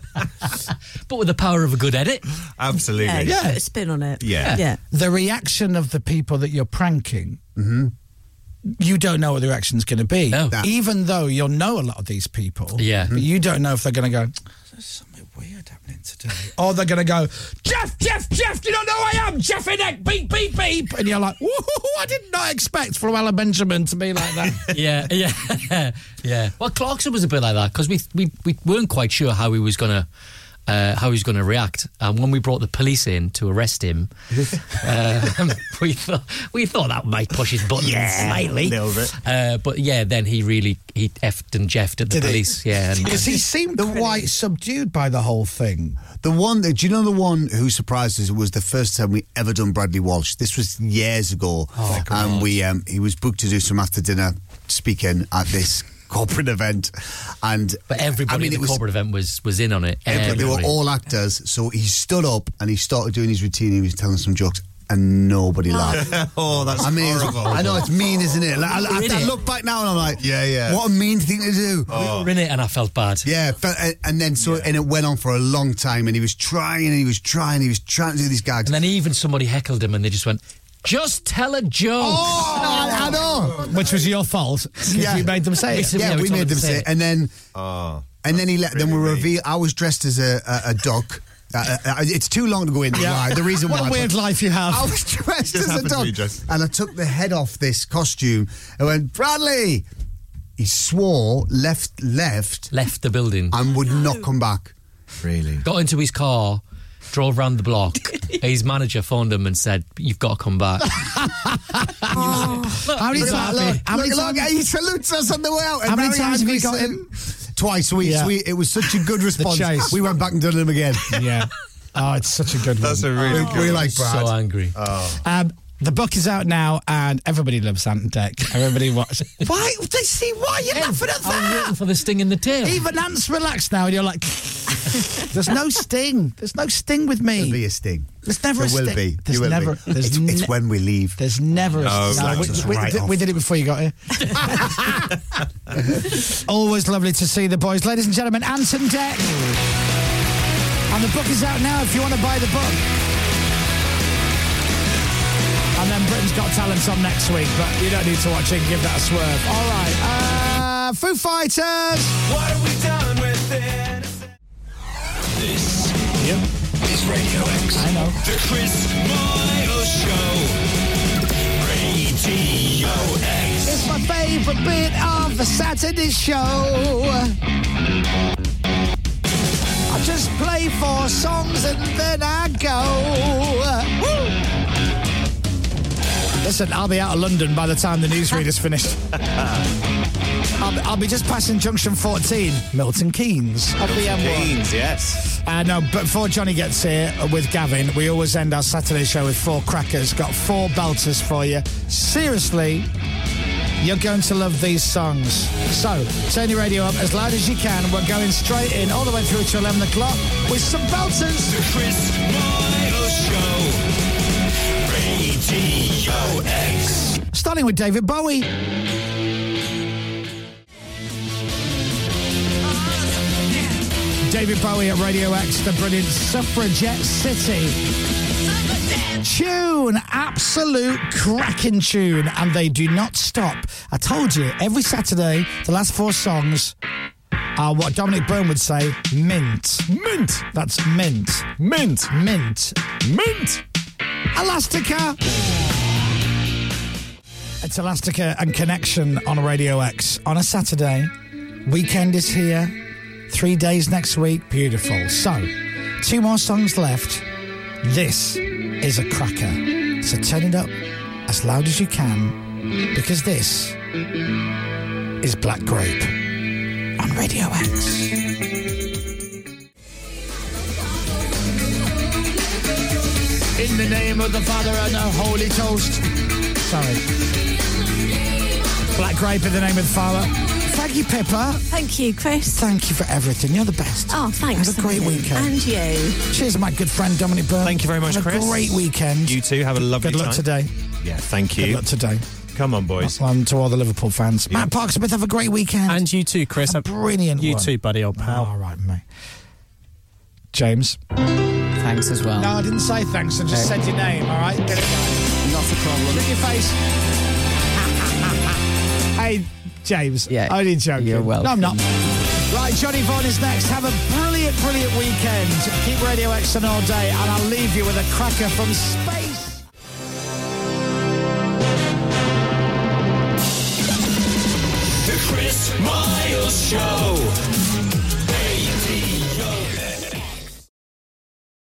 V: but with the power of a good edit.
R: Absolutely.
B: Yeah, you put a spin on it.
R: Yeah.
B: Yeah.
C: the reaction of the people that you're pranking,
R: Mm-hmm.
C: you don't know what the reaction's going to be. Even though you'll know a lot of these people,
V: Yeah.
C: but you don't know if they're going to go, "There's something weird happening today. or they're going to go, Jeff, Jeff, Jeff, you don't know who I am, Jeff Inek, beep, beep, beep. And you're like, woo I did not expect Florella Benjamin to be like that.
V: yeah, yeah, yeah. Well, Clarkson was a bit like that because we, we we weren't quite sure how he was gonna uh, how he was gonna react. And when we brought the police in to arrest him, um, we thought we thought that might push his buttons
U: Yeah,
V: slightly.
U: a little bit.
V: Uh, but yeah, then he really he effed and jeffed at the
U: Did he?
V: police. Yeah, and,
C: Because he seemed quite subdued by the whole thing.
U: The one that, do you know the one who surprised us was the first time we ever done Bradley Walsh. This was years ago. and we um, he was booked to do some after dinner speaking at this corporate event. And
V: but everybody
U: I mean,
V: at
U: it
V: the
U: was-
V: corporate event was was in on it.
U: Everybody- They were
V: Everybody.
U: all actors. So he stood up and he started doing his routine. He was telling some jokes and nobody laughed.
R: oh, that's
U: I mean, it's-
R: horrible.
U: I know it's mean, isn't it? Like, I,
V: We're in
U: I, I
V: it.
U: look back now and I'm like,
R: Yeah, yeah.
U: what a mean thing to do.
V: We were in it, and I felt bad.
U: Yeah, fe- and- and then so and it went on for a long time, and he was trying, and he was trying, he was trying to do these gags.
V: And then even somebody heckled him, and they just went, "Just tell a joke."
U: Oh, I, I know.
C: Which was your fault. 'cause
U: Yeah.
C: you made them say it.
V: Yeah,
U: Yeah,
V: we
U: we
V: told
U: made
V: him
U: them
V: to say
U: say, it.
V: it.
U: and then
R: Oh.
U: and then he let them reveal. I was dressed as a a, a dog. Uh, uh, uh, it's too long to go into why. The reason
C: what
U: why.
C: a
U: but-
C: weird life you have.
U: I was dressed
R: Just
U: as a
R: happened to
U: dog.
R: be dressed-
U: And I took the head off this costume and went, Bradley! He swore, left, left,
V: Left the building.
U: and would not come back.
R: Really?
V: got into his car, drove round the block. his manager phoned him and said, "You've got to come back." Ah.
U: How many times? Look,
C: How many
U: look, look,
C: times-
U: he salutes us on the way out. and
C: How many
U: very
C: times have you
U: angry
C: got
U: said-
C: him?
U: Twice. We,
C: Yeah.
U: we, it was such a good response.
C: chase.
U: We went back and done him again.
C: yeah. Oh, it's such a good one.
R: That's a really
U: we
R: good.
U: were like, Brad.
V: so angry.
C: Um, the book is out now, and everybody loves Ant and Deck. Everybody watches. why? They see why you're laughing at
V: I'm
C: that.
V: waiting for the sting in the tail.
C: Even Ant's relaxed now, and you're like, "There's no sting. There's no sting with
U: There'll be
C: me.
U: a sting.
C: There's never
U: there
C: a
U: will
C: sting.
U: be.
C: There's
U: you will
C: never.
U: Be.
C: There's
U: It's,
C: ne-
U: it's when we leave.
C: There's never. a
R: No,
V: Oh,
C: sting.
R: no,
C: we,
R: it's
C: we-
U: right
C: we-
U: off.
C: we did it before you got here. Always lovely to see the boys, ladies and gentlemen. Ant and Deck, and the book is out now. If you want to buy the book. And then Britain's Got Talent's on next week, but you don't need to watch it. Give that a swerve. All right. Uh, Foo Fighters.
I: What have we done with this? This is Radio X. I know. The Chris Miles Show. Radio X.
C: It's my favourite bit of the Saturday show. I just play four songs and then I go. Woo! Listen, I'll be out of London by the time the newsread is finished. I'll, be- I'll be just passing Junction 14, Milton Keynes of the M1.
R: Beans, yes.
C: Uh, no, but before Johnny gets here uh, with Gavin, we always end our Saturday show with four crackers. Got four belters for you. Seriously, you're going to love these songs. So, turn your radio up as loud as you can. We're going straight in all the way through to 11 o'clock with some belters.
I: The Chris Miles Show. Radio
C: starting with David Bowie. David Bowie at Radio X, the brilliant Suffragette City. Tune, absolute cracking tune, and they do not stop. I told you, every Saturday, the last four songs are what Dominic Byrne would say mint. Mint! That's mint. Mint! Mint! Mint! Elastica! It's Elastica and Connection on Radio X on a Saturday. Weekend is here. Three days next week. Beautiful. So, two more songs left. This is a cracker. So turn it up as loud as you can because this is Black Grape on Radio X. In the name of the Father and the Holy Toast. Sorry. Black Grape in the name of the Father. Thank you, Pippa.
B: Thank you, Chris.
C: Thank you for everything. You're the best.
B: Oh, thanks.
C: Have a great
B: Simon.
C: weekend.
B: And you.
C: Cheers, my good friend Dominic Byrne.
D: Thank you very much,
C: Have
D: Chris.
C: A great weekend.
D: You too. Have a lovely
C: Good luck
D: time.
C: today.
D: Yeah, thank you.
C: Good luck today.
D: Come on, boys.
C: And to all the Liverpool fans. Matt Parksmith, have a great weekend.
E: And you too, Chris. A
C: brilliant
E: You
C: one.
E: too, buddy, old pal.
C: All right, mate. James.
F: Thanks as well.
C: No, I didn't say thanks. I just
F: Okay.
C: said your name, all right? Get it right.
F: Not a problem.
C: Look at your face. hey, James. Yeah. Only joking.
F: You're
C: No, I'm
F: welcome.
C: not. Right, Johnny Vaughan is next. Have a brilliant, brilliant weekend. Keep Radio X on all day, and I'll leave you with a cracker from space.
I: The Chris Miles Show.